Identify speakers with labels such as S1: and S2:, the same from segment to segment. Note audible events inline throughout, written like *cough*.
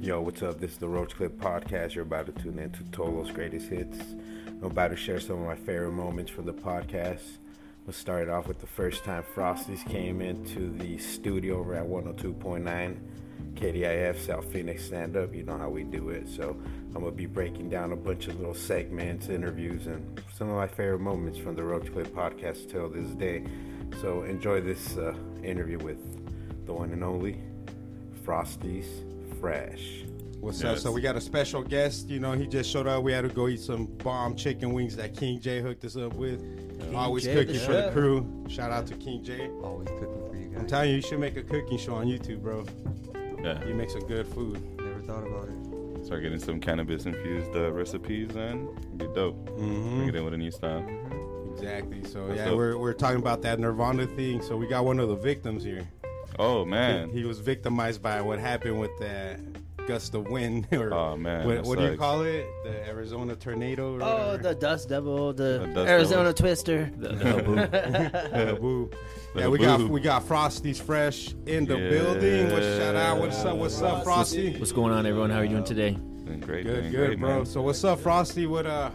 S1: Yo, what's up? This is the Roach Clip Podcast. You're about to tune in to Tolo's greatest hits. I'm about to share some of my favorite moments from the podcast. We'll start it off with the first time Frosties came into the studio over at 102.9 KDIF South Phoenix Stand Up. You know how we do it. So I'm going to be breaking down a bunch of little segments, interviews, and some of my favorite moments from the Roach Clip Podcast till this day. So enjoy this uh, interview with the one and only Frosties Fresh.
S2: What's up?
S3: Yes.
S2: So we got a special guest. You know, he just showed up. We had to go eat some bomb chicken wings that King J hooked us up with. Always
S4: J,
S2: cooking
S4: yeah.
S2: for the crew. Shout out to King J.
S4: Always cooking for you guys.
S2: I'm telling you, you should make a cooking show on YouTube, bro.
S3: Yeah.
S2: You make some good food.
S4: Never thought about it.
S3: Start getting some cannabis infused uh, recipes and it'd be dope. Bring it in with a new style.
S2: Exactly. So
S3: That's
S2: yeah,
S3: dope.
S2: we're we're talking about that Nirvana thing. So we got one of the victims here.
S3: Oh man.
S2: He, he was victimized by what happened with that gust of wind *laughs* or
S4: Oh,
S3: Aw, man,
S2: what,
S3: that
S2: what do you
S3: sucks.
S2: call it? The Arizona tornado. Or
S5: Oh,
S2: whatever.
S5: the Dust Devil, the,
S3: The Dust
S5: Arizona
S6: *laughs*
S5: Twister. *laughs*
S2: Yeah, boo.
S3: The
S2: Yeah, we got
S3: boo.
S2: we got Frosty's fresh in the
S3: Yeah.
S2: building. What's shout out? What's up? What's up, Frosty?
S6: What's going on, everyone? How are you doing today?
S3: Doing great,
S2: Good,
S3: doing
S2: good,
S3: great,
S2: bro.
S3: man.
S2: So what's up, Frosty? What uh,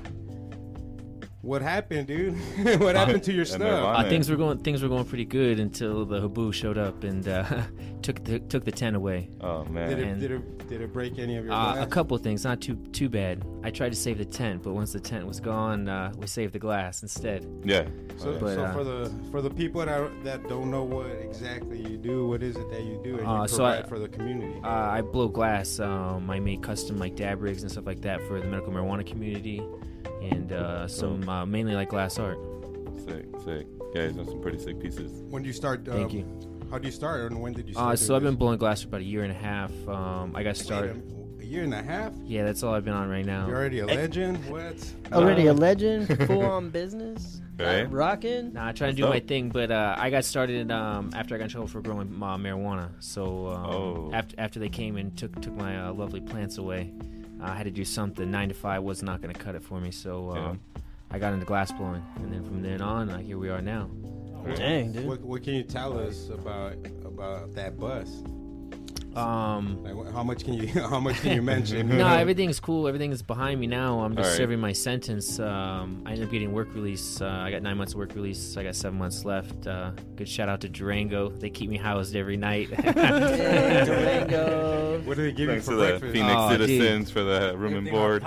S2: what happened, dude? *laughs* what happened to your
S3: And
S2: stuff?
S3: Nirvana.
S6: Uh, things were going things were going pretty good until the Habu showed up and uh, *laughs* took the, took the ten away.
S3: Oh
S2: Did
S3: man.
S2: it, did it did it break any of your
S6: Uh, a
S2: glass?
S6: couple things, not too too bad. I tried to save the tent, but once the tent was gone, uh, we saved the glass instead.
S3: Yeah.
S2: So,
S3: Oh,
S6: but,
S2: so
S6: uh,
S2: for the for the people that that don't know what exactly you do, what is it that you do and you
S6: Uh,
S2: provide
S6: so I-
S2: for the community?
S6: Uh, I blow glass. Um, I make custom like dab rigs and stuff like that for the medical marijuana community, and uh, some uh, mainly like glass art.
S3: yeah. Sick, sick. Yeah, he's done some pretty sick pieces.
S2: when do you start? Um,
S6: thank you.
S2: How do you start, and when did you start?
S6: Uh,
S2: doing
S6: so I've been
S2: this?
S6: blowing glass for about a year and a half. Um, I got
S2: Wait
S6: started.
S2: a, a year and a half.
S6: Yeah, that's all I've been um, on right now.
S2: You're already a legend. What?
S5: Already a
S2: *laughs*
S5: legend, full on business,
S3: Right.
S5: rocking.
S6: Nah, I try to do
S3: What's
S6: my
S3: up?
S6: thing, but uh, I got started um, after I got in trouble for growing uh, marijuana. So um,
S3: Oh.
S6: after after they came and took took my uh, lovely plants away, I had to do something. Nine to five was not going to cut it for me, so um, I got into glass blowing, and then from then on, uh, here we are now.
S5: Dang, dude.
S2: What, what can you tell us about about that bus?
S6: Um,
S2: Like, wh- how much can you *laughs* how much can you mention?
S6: *laughs* no, everything's cool. Everything's behind me now. I'm just
S3: Alright.
S6: serving my sentence. Um, I ended up getting work release. Uh, I got nine months of work release. I got seven months left. Uh, good shout out to Durango. They keep me housed every night.
S5: *laughs* *laughs* Yeah, Durango.
S2: What do they give
S3: Thanks
S2: you
S3: to
S2: for
S3: the
S2: breakfast?
S3: Phoenix
S6: Aw, dude.
S3: citizens for the room and board.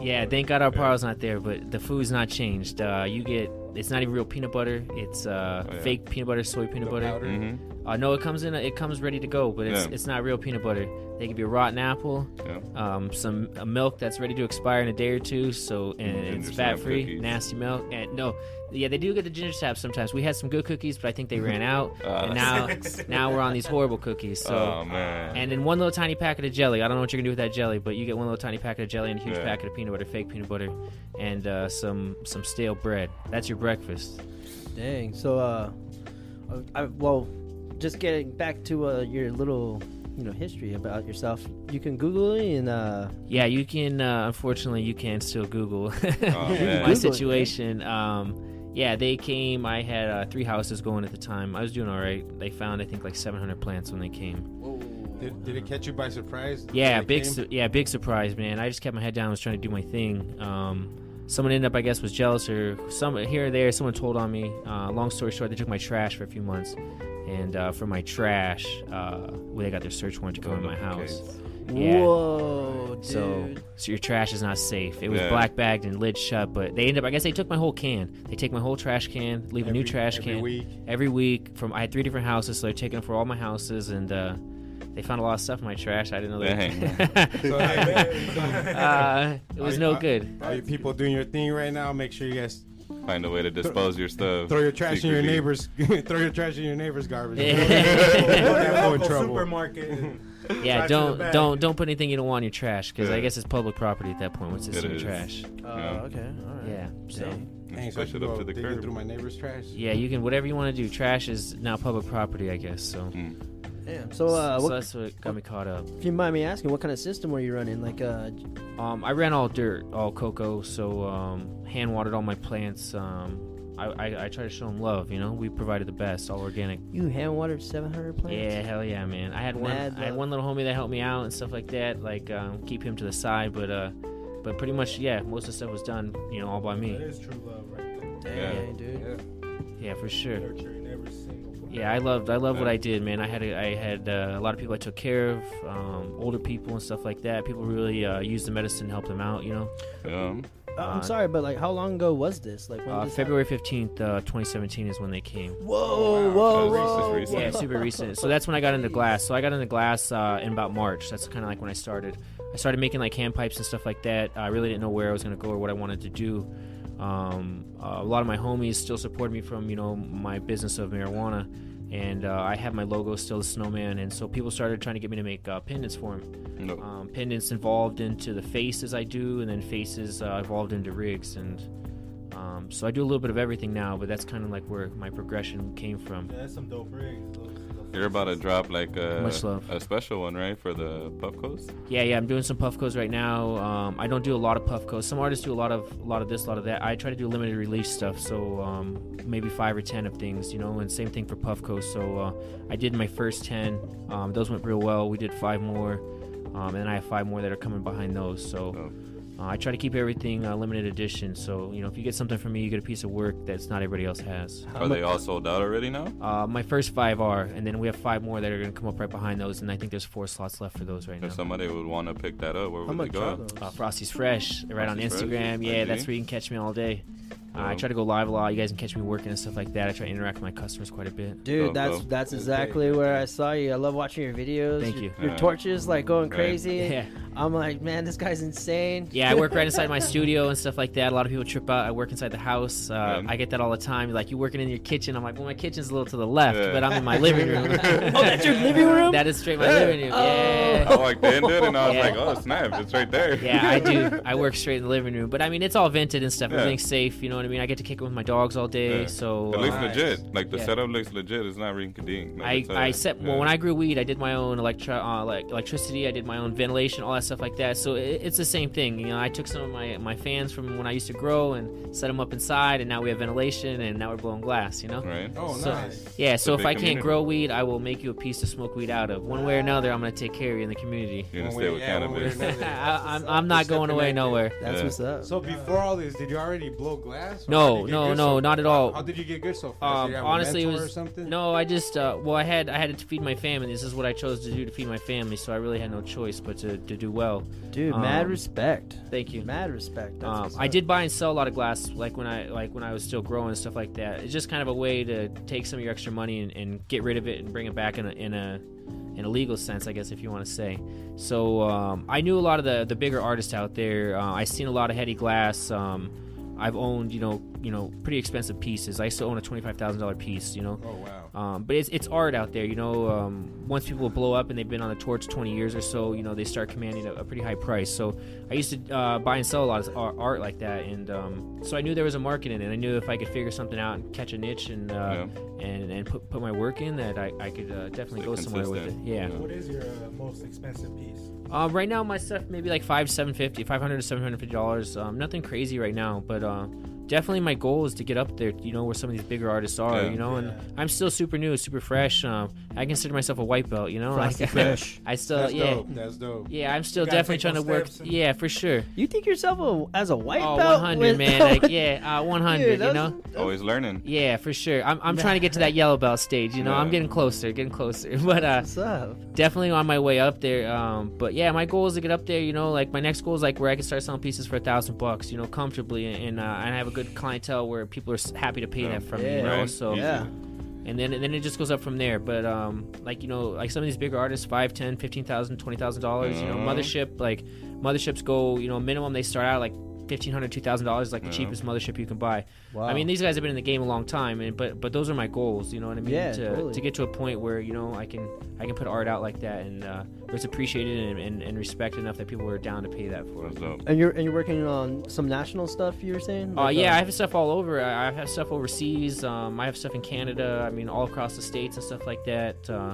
S6: Yeah, thank God our paro's not there, but the food's not changed. Uh, you get it's not even real peanut butter. It's uh,
S3: Oh, yeah.
S6: fake peanut butter, soy peanut butter.
S2: powder.
S3: hmm
S6: Uh, no, it comes in. It comes ready to go, but it's
S3: Yeah.
S6: it's not real peanut butter. They give you a rotten apple,
S3: Yeah.
S6: um, some uh, milk that's ready to expire in a day or two. So and
S3: Ginger
S6: it's
S3: snap
S6: fat free,
S3: cookies.
S6: nasty milk, and no, yeah, they do get the ginger snaps sometimes. We had some good cookies, but I think they ran out,
S3: *laughs* Ah,
S6: and now now we're on these horrible cookies. So.
S3: oh man.
S6: And then one little tiny packet of jelly. I don't know what you're gonna do with that jelly, but you get one little tiny packet of jelly and a huge
S3: Yeah.
S6: packet of peanut butter, fake peanut butter, and uh, some some stale bread. That's your breakfast.
S5: Dang. So, uh, I, well, just getting back to uh, your little, you know, history about yourself. You can Google it and uh,
S6: Yeah, you can. Uh, unfortunately, you can still Google *laughs*
S3: Oh, man.
S6: my
S3: Google
S5: it.
S6: situation. Um, yeah, they came. I had uh, three houses going at the time. I was doing all right. They found I think like 700 plants when they came.
S2: Did, did it catch you by surprise?
S6: Yeah,
S2: They
S6: big.
S2: came? *laughs*
S6: Su- yeah, big surprise, man. I just kept my head down. I was trying to do my thing. Um, someone ended up, I guess, was jealous or some here or there. Someone told on me. Uh, long story short, they took my trash for a few months, and uh, for my trash, uh, well, they got their search warrant to come in my house. Yeah.
S5: whoa, dude.
S6: So, so your trash is not safe. It was
S3: Yeah.
S6: black bagged and lid shut, but they ended up. I guess they took my whole can. They take my whole trash can, leave a new
S2: Every-
S6: trash
S2: every
S6: can
S2: week?
S6: every week. From I had three different houses, so they're taking for all my houses, and uh, they found a lot of stuff in my trash. I didn't know *laughs*
S2: So,
S6: that.
S2: hey,
S6: uh, it was
S2: Are-
S6: no
S2: are-
S6: good.
S2: All you people doing your thing right now. Make sure you guys
S3: Find a way to dispose your stuff.
S2: throw your trash in your
S3: secretly.
S2: *laughs* neighbor's throw your trash in your neighbor's garbage. *laughs*
S6: yeah,
S2: in trouble. *laughs*
S4: Supermarket.
S6: don't don't don't put anything you don't want in your trash because
S3: Yeah.
S6: I guess it's public property at that point. Once it's
S3: It
S6: in your
S3: is.
S6: trash,
S5: Oh,
S3: Yeah.
S5: okay. All right.
S6: yeah. So
S5: Dang.
S2: Dang, so I
S3: Push
S2: should
S3: it up
S2: go
S3: to the
S2: digging
S3: curb.
S2: through my neighbor's trash.
S6: yeah, you can whatever you want to do. Trash is now public property, I guess. So,
S3: Mm.
S5: Damn. So, uh,
S6: so
S5: what,
S6: that's what got me caught up.
S5: if you mind me asking, what kind of system were you running? Like, uh,
S6: Um, I ran all dirt, all cocoa, so um, hand watered all my plants. Um, I, I, I try to show them love. You know, we provided the best, all organic.
S5: You hand watered 700 plants?
S6: Yeah, hell yeah, man. I had one.
S5: Mad
S6: I had
S5: love.
S6: one little homie that helped me out and stuff like that. Like um, keep him to the side, but uh, but pretty much, yeah, most of the stuff was done, you know, all by
S4: That
S6: me.
S4: is true love, right there.
S5: Dang, dude.
S7: Yeah.
S6: Yeah, for sure.
S4: Nurturing every single one.
S6: Yeah, I loved I loved what I did, man. I had a, I had uh, a lot of people I took care of, um, older people and stuff like that. People really uh, used the medicine to help them out, you know.
S3: Um,
S5: Uh,
S6: Uh,
S5: I'm sorry, but like, how long ago was this? Like, when
S6: Uh,
S5: did this
S6: February fifteenth, uh, twenty seventeen is when they came.
S5: happen? Whoa, whoa,
S3: That was recent,
S5: whoa.
S3: recent.
S6: Yeah, super recent.
S3: *laughs*
S6: So that's when I got into glass. So I got into glass uh, in about March. That's kind of like when I started. I started making like hand pipes and stuff like that. I really didn't know where I was going to go or what I wanted to do. Um, uh, a lot of my homies still support me from you know my business of marijuana, and uh, I have my logo still the snowman. And so people started trying to get me to make uh, pendants for them
S3: no.
S6: um, pendants involved into the faces I do, and then faces uh, evolved into rigs. And um, so I do a little bit of everything now, but that's kind of like where my progression came from.
S4: Yeah, that's some dope rigs. Those- those-
S3: You're about to drop like a,
S6: Much love.
S3: a special one, right, for the puff coats?
S6: Yeah, yeah, I'm doing some puff coats right now. Um, I don't do a lot of puff coats. Some artists do a lot of a lot of this, a lot of that. I try to do limited release stuff, so um, maybe five or ten of things, you know. And same thing for puff coats. So uh, I did my first ten. Um, those went real well. We did five more, um, and I have five more that are coming behind those. So.
S3: Oh.
S6: Uh, I try to keep everything uh, limited edition, so you know if you get something from me, you get a piece of work that's not everybody else has.
S3: Are they all sold out already now?
S6: Uh, my first five are, and then we have five more that are going to come up right behind those, and I think there's four slots left for those right now.
S3: If somebody would want to pick that up, where
S5: How
S3: would they
S5: much are
S3: go?
S5: those? Uh,
S6: Uh, Frosty's Fresh, right on
S3: Frosty's Fresh,
S6: Instagram. yeah,
S3: IG.
S6: that's where you can catch me all day. Uh, I
S3: Yeah.
S6: try to go live a lot. You guys can catch me working and stuff like that. I try to interact with my customers quite a bit.
S5: Dude,
S3: Go,
S5: that's
S3: go.
S5: that's exactly where I saw you. I love watching your videos.
S6: Thank
S5: your,
S6: you.
S5: Your
S3: Uh,
S5: torches like going
S3: right.
S5: crazy.
S6: Yeah,
S5: I'm like, man, this guy's insane.
S6: *laughs* yeah. I work right
S5: *laughs*
S6: inside my studio and stuff like that. A lot of people trip out. I work inside the house. Uh,
S3: Yeah.
S6: I get that all the time. Like you working in your kitchen. I'm like, well, my kitchen's a little to the left,
S3: Yeah.
S6: but I'm in my living
S3: *laughs*
S6: room. *laughs*
S5: Oh, that's your living room?
S6: That is straight my living room. Yeah.
S3: Oh. I walked in, dude, and I was
S6: Yeah.
S3: like, oh, snap, it's right there.
S6: *laughs* Yeah, I
S3: *laughs*
S6: do. I work straight in the living room, but I mean, it's all vented and stuff.
S3: Yeah.
S6: Everything's safe. You know what I mean? I get to kick it with my dogs all day.
S3: Yeah.
S6: So
S3: It
S6: uh,
S3: looks
S5: Nice.
S3: legit. Like the
S6: Yeah.
S3: setup looks legit. It's not rinkadink. Like,
S6: I,
S3: it's, uh,
S6: I set
S3: yeah.
S6: well when I grew weed, I did my own electri- uh, like electricity. I did my own ventilation, all that stuff like that. So it, it's the same thing. You know, I took some of my, my fans from when I used to grow and set them up inside, and now we have ventilation, and now we're blowing glass. You know.
S3: right.
S4: Oh,
S6: So-
S4: nice.
S6: Yeah, so if
S3: It's a big
S6: I can't
S3: community.
S6: grow weed, I will make you a piece to smoke weed out of. One way or another, I'm gonna take care of you in the community.
S3: You're
S4: One
S3: gonna
S4: way-
S3: stay with
S4: yeah, one way or
S3: cannabis.
S4: another.
S6: *laughs* I, I'm, I'm not going away nowhere.
S5: That's
S3: Yeah.
S5: what's up.
S4: So before all this, did you already blow glass? or
S6: No,
S4: how did you
S6: no,
S4: get
S6: no,
S4: so-
S6: not at all.
S4: How did you get good so far?
S6: Um,
S4: did you have
S6: honestly,
S4: a
S6: it
S4: mentor
S6: was
S4: or something?
S6: no. I just uh, well, I had I had to feed my family. This is what I chose to do to feed my family. So I really had no choice but to, to do well.
S5: Dude,
S6: Um,
S5: mad respect.
S6: Thank you.
S5: Mad respect. That's
S6: Um,
S5: what's
S6: I
S5: up.
S6: did buy and sell a lot of glass, like when I like when I was still growing and stuff like that. It's just kind of a way to take some of your extra money and, and get rid of it and bring it back in a in a in a legal sense, I guess, if you want to say. So um, I knew a lot of the the bigger artists out there. Uh, I seen a lot of heady glass. Um, I've owned you know you know pretty expensive pieces. I used to own a twenty five thousand dollar piece. You know.
S4: Oh wow.
S6: Um, but it's, it's art out there, you know. Um, once people blow up and they've been on the torch 20 years or so, you know, they start commanding a, a pretty high price. So I used to uh, buy and sell a lot of ar- art like that, and um, so I knew there was a market in it. I knew if I could figure something out and catch a niche and uh, and, and put, put my work in, that I, I could uh, definitely
S3: Stay
S6: go somewhere with it.
S3: consistent,
S6: Yeah.
S3: yeah.
S2: What is your uh, most expensive piece?
S6: Um, right now, my stuff maybe like five, seven fifty, five hundred to seven hundred fifty dollars. Um, nothing crazy right now, but uh, definitely my goal is to get up there. You know where some of these bigger artists are.
S3: Yeah.
S6: You know, and I'm still super new, super fresh. Um, I consider myself a white belt. You know,
S5: Frosty
S6: *laughs* like,
S5: Fresh.
S6: I still,
S4: That's
S6: yeah,
S4: dope. That's dope.
S6: yeah. I'm still
S2: You gotta
S6: definitely
S2: take
S6: trying to
S2: those
S6: work.
S2: steps and-
S6: Yeah, for sure.
S5: You think yourself a, as a white
S6: Oh,
S5: belt?
S6: 100,
S5: with- *laughs*
S6: man. Like, yeah, uh, 100.
S5: Dude,
S6: you
S5: that's-
S6: know.
S3: Always learning.
S6: Yeah, for sure. I'm, I'm trying to get to
S5: *laughs*
S6: that yellow belt stage. You know, I'm
S3: Yeah.
S6: getting closer, getting closer. *laughs* But uh,
S5: What's up?
S6: definitely on my way up there. Um, but yeah, my goal is to get up there. You know, like my next goal is like where I can start selling pieces for a thousand bucks. You know, comfortably, and and, uh, and I have a good clientele where people are s- happy to pay
S3: Yeah.
S6: that from me.
S5: Yeah.
S6: You know,
S3: Oh, Right.
S6: so
S5: Yeah.
S6: and then and then it just goes up from there. But um, like you know, like some of these bigger artists, five, ten, fifteen thousand, twenty thousand dollars. You know,
S3: Mhm.
S6: mothership like motherships go. You know, minimum they start out like. Fifteen hundred, two thousand dollars, like the
S3: Yeah.
S6: cheapest mothership you can buy.
S5: Wow.
S6: I mean, these guys have been in the game a long time, and but but those are my goals. You know what I mean?
S5: Yeah,
S6: to,
S5: totally.
S6: to get to a point where you know I can I can put art out like that, and uh, where it's appreciated and, and, and respected enough that people are down to pay that for.
S3: What's
S6: it.
S3: up?
S5: And you're and you're working on some national stuff. You were saying?
S6: Uh,
S5: Like,
S6: yeah, I have stuff all over. I, I have stuff overseas. Um, I have stuff in Canada. I mean, all across the states and stuff like that. Uh,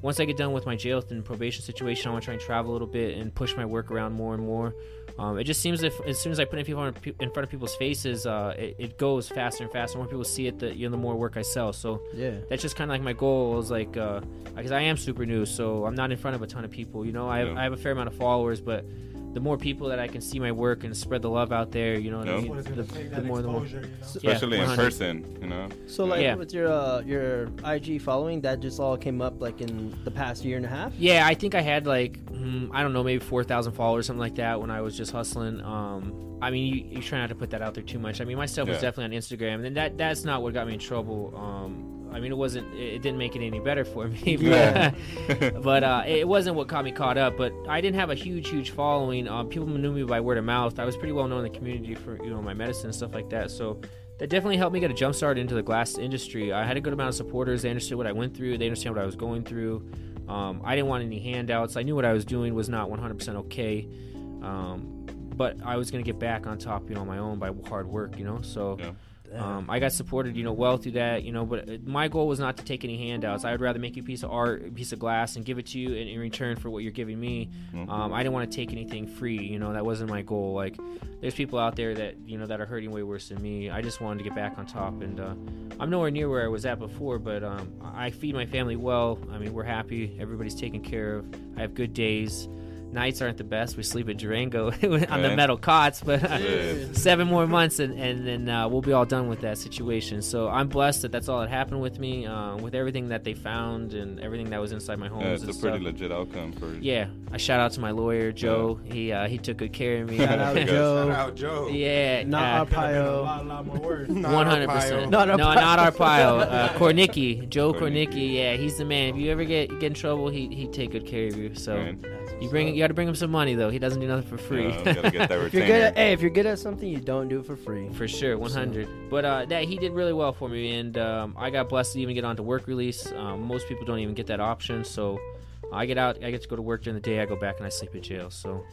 S6: once I get done with my jail and probation situation, I want to try and travel a little bit and push my work around more and more. Um, it just seems if as soon as I put it in people in front of people's faces, uh, it, it goes faster and faster. The more people see it, the you know the more work I sell. So
S5: Yeah.
S6: that's just kind of like my goal was like because I am super new, so I'm not in front of a ton of people. You know, I, have,
S3: Yeah.
S6: I have a fair amount of followers, but the more people that I can see my work and spread the love out there, you know, what I
S3: Yeah.
S6: mean?
S2: What it's
S6: the,
S2: gonna take
S6: the
S2: that
S6: more the more.
S2: exposure, you know?
S5: So-
S6: Yeah,
S3: Especially in
S6: 100.
S3: person, you know.
S5: So like
S6: Yeah.
S5: with your uh, your IG following, that just all came up like in the past year and a half.
S6: Yeah, I think I had like mm, I don't know, maybe four thousand followers, something like that, when I was just hustling. Um, I mean, you, you try not to put that out there too much. I mean, my stuff was
S3: Yeah.
S6: definitely on Instagram, and that that's not what got me in trouble. Um, I mean, it wasn't. It, it didn't make it any better for me. *laughs* But,
S3: Yeah.
S6: *laughs* but uh, it wasn't what caught me caught up. But I didn't have a huge, huge following. Um, people knew me by word of mouth. I was pretty well known in the community for you know my medicine and stuff like that. So that definitely helped me get a jump start into the glass industry. I had a good amount of supporters. They understood what I went through. They understand what I was going through. Um, I didn't want any handouts. I knew what I was doing was not 100% okay. Um, but I was gonna get back on top, you know, on my own by hard work, you know. So.
S3: Yeah.
S6: Um, I got supported, you know, well through that, you know. But uh, my goal was not to take any handouts. I would rather make you a piece of art, a piece of glass, and give it to you in, in return for what you're giving me. Um, I didn't want to take anything free, you know. That wasn't my goal. Like, there's people out there that you know that are hurting way worse than me. I just wanted to get back on top, and uh, I'm nowhere near where I was at before. But um, I I feed my family well. I mean, we're happy. Everybody's taken care of. I have good days. Nights aren't the best. We sleep at Durango *laughs* on the
S3: Yeah.
S6: metal cots, but uh,
S3: Yeah.
S6: seven more months and, and then uh, we'll be all done with that situation so i'm blessed that that's all that happened with me uh, with everything that they found and everything that was inside my home
S3: Yeah, it's a
S6: and
S3: pretty
S6: stuff.
S3: legit outcome for
S6: yeah i shout out to my lawyer joe he uh, he took good care of me
S5: *laughs*
S6: *laughs*
S3: Shout out,
S6: yeah,
S3: Joe.
S4: Shout out Joe.
S6: yeah.
S5: Not
S2: Could have been a
S5: Arpaio.
S2: lot, lot more words.
S4: Not
S6: One hundred percent.
S4: Arpaio.
S6: No,
S5: Not our
S6: no,
S5: pile.
S6: not our pile.
S5: *laughs*
S6: Uh, Kornicki, Joe
S3: Kornicki.
S6: Kornicki. Yeah, he's the man. If you ever get get in trouble, he he take good care of you. So
S3: Right.
S6: you bring you got to bring him some money though. He doesn't do nothing for free.
S3: Yeah, Uh,
S6: *laughs*
S3: gotta get that
S5: If you're good
S3: retainer.
S5: at hey, if you're good at something, you don't do it for free.
S6: for sure 100 but uh that he did really well for me and um, i got blessed to even get onto work release um, most people don't even get that option so i get out i get to go to work during the day i go back and i sleep in jail so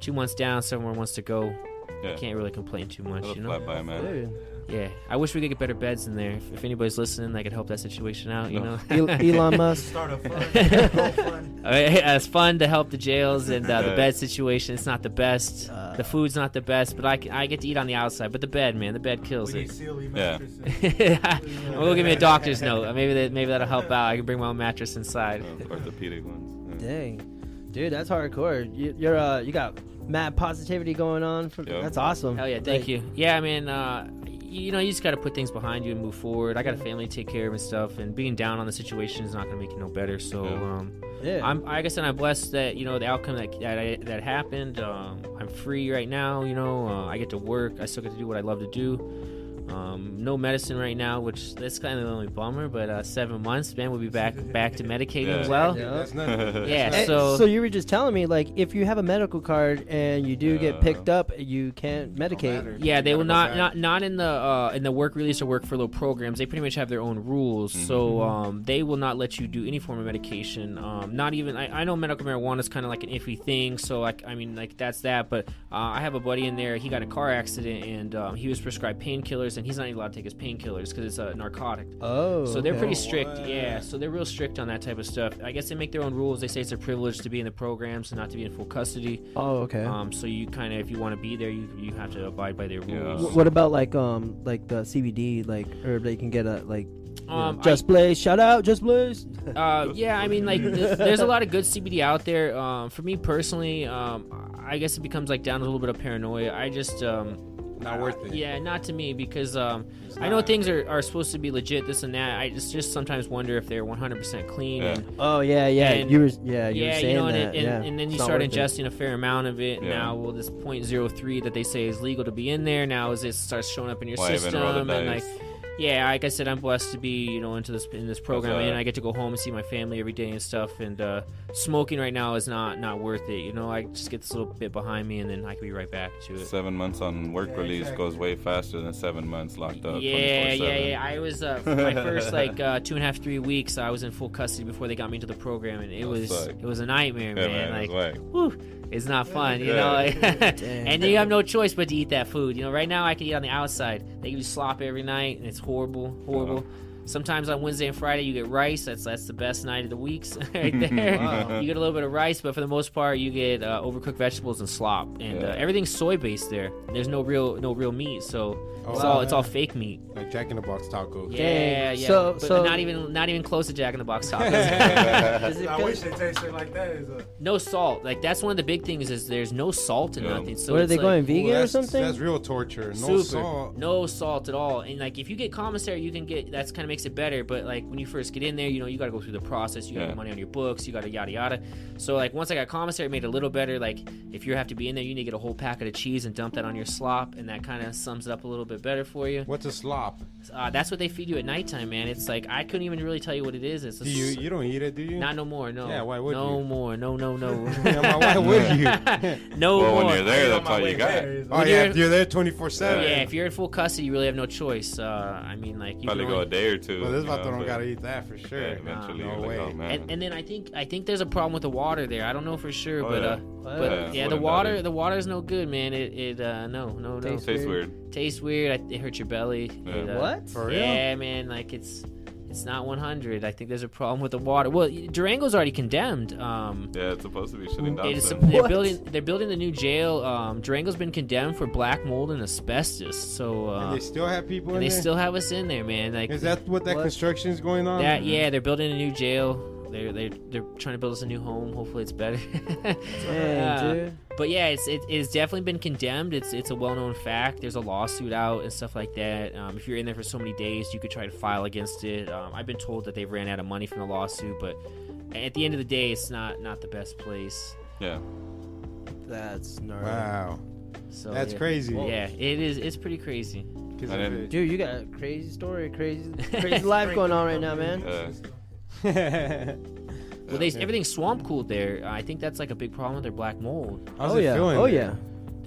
S6: two months down seven more months to go
S3: Yeah.
S6: i can't really complain too much
S3: Let
S6: you
S3: it
S6: know
S3: fly by, man.
S5: Dude.
S6: yeah i wish we could get better beds in there if, if anybody's listening that could help that situation out you
S3: No.
S6: know
S5: El- E-,
S6: *laughs*
S5: Elon Musk.
S2: Start a fund. GoFund.
S6: Uh, *laughs* it's fun to help the jails and uh, the
S3: Yeah.
S6: bed situation. It's not the best.
S5: Uh.
S6: the food's not the best, but I, c- I get to eat on the outside. But the bed, man, the bed kills
S2: We
S6: it.
S2: need Sealy
S3: Yeah.
S2: mattresses.
S6: *laughs* I'll go give me a doctor's note. Uh, Maybe that maybe that'll help out. I can bring my own mattress inside.
S3: Uh, orthopedic ones. Yeah.
S5: Dang, dude, that's hardcore. You, you're uh, you got mad positivity going on. From,
S3: Yeah.
S5: That's awesome.
S6: Hell yeah, thank
S5: Like,
S6: you. Yeah, I mean, uh, you know, you just gotta put things behind you and move forward. I got a family to take care of and stuff, and being down on the situation is not gonna make you no better. So,
S3: Yeah.
S6: um,
S5: Yeah.
S6: I'm like I said, I'm blessed that you know the outcome that that, I, that happened. Um, I'm free right now. You know, uh, I get to work. I still get to do what I love to do. Um, no medicine right now, which that's kind of the only bummer. But uh, seven months, man, we'll be back back to medicating
S3: Yeah.
S6: well.
S5: Yeah.
S4: That's nothing.
S6: Yeah,
S5: Eh,
S6: so-
S5: you were just telling me like if you have a medical card and you do get
S3: Yeah.
S5: picked up, you can't medicate.
S4: matter.
S6: Yeah, they
S4: You
S6: will not
S4: gotta go
S6: not
S4: back.
S6: not in the uh, in the work release or work furlough programs. They pretty much have their own rules,
S5: Mm-hmm.
S6: so um, they will not let you do any form of medication. Um, not even I, I know medical marijuana is kind of like an iffy thing, so like I mean like that's that. But uh, I have a buddy in there. He got in a car accident and um, he was prescribed painkillers, and he's not even allowed to take his painkillers because it's a narcotic.
S5: Oh,
S6: So they're
S5: okay.
S6: pretty strict,
S4: What?
S6: yeah. So they're real strict on that type of stuff. I guess they make their own rules. They say it's a privilege to be in the programs and not to be in full custody.
S5: Oh, okay.
S6: Um, so you kind of, if you want to be there, you you have to abide by their
S3: Yeah.
S6: rules.
S5: Wh- what about like um like the CBD like herb that you can get at like you know,
S6: Um, I-
S5: Just Blaze? Shout out Just Blaze.
S6: Uh, yeah, I mean, like, th- there's a lot of good CBD out there. Um, for me personally, um, I guess it becomes like down to a little bit of paranoia. I just um,
S4: Not worth it.
S6: Yeah, not to me because um,
S4: It's
S6: I know
S4: not.
S6: things are, are supposed to be legit, this and that. I just just sometimes wonder if they're 100% clean.
S3: Yeah.
S6: And,
S5: Oh yeah, yeah.
S6: And-
S5: you were yeah you were
S6: yeah,
S5: saying
S6: you know, and,
S5: that.
S6: it- and,
S5: yeah.
S6: and then
S5: It's
S6: you
S5: not
S6: start
S5: worth it.
S6: ingesting a fair amount of it.
S3: Yeah.
S6: Now, well, this 0.03 that they say is legal to be in there, now is it starts showing up in your
S3: Why even
S6: system
S3: roll the
S6: and like
S3: dice?
S6: yeah, like I said, I'm blessed to be you know into this in this program,
S3: That's, uh,
S6: and I get to go home and see my family every day and stuff. And uh, smoking right now is not not worth it. You know, I just get this little bit behind me, and then I can be right back to it.
S3: Seven months on work
S2: Yeah,
S3: release
S2: exactly.
S3: goes way faster than seven months locked up.
S6: yeah, yeah,
S3: 24/7.
S6: yeah. I was uh, for my first like uh, two and a half, three weeks. I was in full custody before they got me into the program, and it
S3: That
S6: was
S3: sucked.
S6: it was a nightmare,
S3: Yeah,
S6: man.
S3: man,
S6: Like
S3: it's whack.
S6: whew, it's not fun, you
S3: Yeah.
S6: know. like- *laughs* and you have no choice but to eat that food. You know, right now I can eat on the outside. They give you slop every night, and it's horrible, horrible. Sometimes on Wednesday and Friday you get rice. That's that's the best night of the weeks *laughs* right there.
S3: Wow.
S6: You get a little bit of rice, but for the most part you get uh, overcooked vegetables and slop, and
S3: Yeah.
S6: uh, everything's soy based there. There's no real no real meat, so it's
S4: Oh,
S6: all it's
S4: yeah.
S6: all fake meat.
S4: Like Jack in the Box tacos.
S6: Yeah,
S5: Dang.
S6: yeah.
S5: So-
S6: but
S5: so-
S6: not even not even close to Jack in the
S4: *laughs*
S6: Box tacos. *laughs*
S5: Is it
S2: I
S5: good?
S2: wish they tasted like that. Is a,
S6: no salt. Like that's one of the big things is there's no salt in
S3: Yeah.
S6: nothing. So
S5: Where are
S6: it's
S5: they
S6: like-
S5: going?
S4: Ooh,
S5: Vegan or
S4: that's-
S5: something?
S4: That's real torture. No
S6: Super.
S4: salt.
S6: No salt at all. And like if you get commissary, you can get that's kind of makes it better. But like when you first get in there, you know you got to go through the process. You got
S3: Yeah.
S6: to money on your books. You got to yada yada. So like once I got commissary, it made it a little better. Like if you have to be in there, you need to get a whole packet of cheese and dump that on your slop, and that kind of sums it up a little bit better for you.
S4: What's a slop?
S6: Uh, that's what they feed you at nighttime, man. It's like I couldn't even really tell you what it is. It's a
S4: Do you
S6: s-
S4: you don't eat it, do you?
S6: not no more. No.
S4: Yeah, why would
S6: No
S4: you?
S6: more. No. No. *laughs*
S3: *laughs*
S4: yeah,
S6: No.
S4: why, why would you?
S6: *laughs* no
S3: Well,
S6: more.
S3: when you're there,
S2: on
S3: that's
S2: my
S3: all
S2: way
S3: you got.
S2: there is a-
S4: oh
S6: When
S4: yeah,
S6: you're-
S4: if you're there twenty four seven.
S6: Yeah, if you're in full custody, you really have no choice. Uh, I mean, like you
S3: Probably
S6: can
S3: go
S6: only-
S3: a day or two.
S4: Well, this
S3: you
S4: vato
S3: know,
S4: don't
S3: but-
S4: gotta eat that for
S3: Yeah,
S4: sure.
S3: eventually,
S4: no
S3: you're like,
S4: way.
S3: oh, man.
S6: And, and then I think I think there's a problem with the water there. I don't know for sure,
S3: Oh,
S6: but
S3: yeah.
S6: uh, but
S3: Yeah,
S6: yeah,
S3: what
S6: the
S3: about
S6: water
S3: it?
S6: the water is no good, man. It it uh, no no no
S5: Tastes
S6: tastes,
S3: tastes weird.
S6: weird. I, it hurts your belly.
S3: Yeah.
S6: It, uh,
S5: what?
S4: For real?
S6: Yeah, man. Like it's it's not 100. I think there's a problem with the water. Well, Durango's already condemned. Um,
S3: Yeah, it's supposed to be shitting down.
S6: it is,
S3: soon.
S6: they're
S5: What?
S6: building they're building the new jail. Um, Durango's been condemned for black mold and asbestos. So uh,
S4: And they still have people
S6: and
S4: in
S6: they
S4: there?
S6: still have us in there, man. Like
S4: Is that what that
S5: What?
S4: construction's going on?
S6: That yeah, they're building a new jail. They're they are they're are trying to build us a new home. Hopefully, it's better. *laughs* Uh,
S5: Dang, dude.
S6: But yeah, it's it, it's definitely been condemned. It's it's a well known fact. There's a lawsuit out and stuff like that. Um, if you're in there for so many days, you could try to file against it. Um, I've been told that they ran out of money from the lawsuit, but at the end of the day, it's not not the best place.
S3: Yeah.
S5: That's gnarly.
S4: Wow.
S6: So
S4: That's
S6: yeah.
S4: crazy.
S6: Yeah, it is. It's pretty crazy.
S4: 'Cause
S3: I
S4: of
S3: didn't-
S4: it.
S5: Dude, you got a crazy story, *laughs* crazy, crazy life going on right now, man.
S3: Uh,
S4: Uh,
S6: *laughs* Well, they, everything's swamp cooled there. I think that's like a big problem with their black mold.
S4: How's
S5: oh
S4: it
S5: yeah,
S4: feeling?
S5: oh yeah.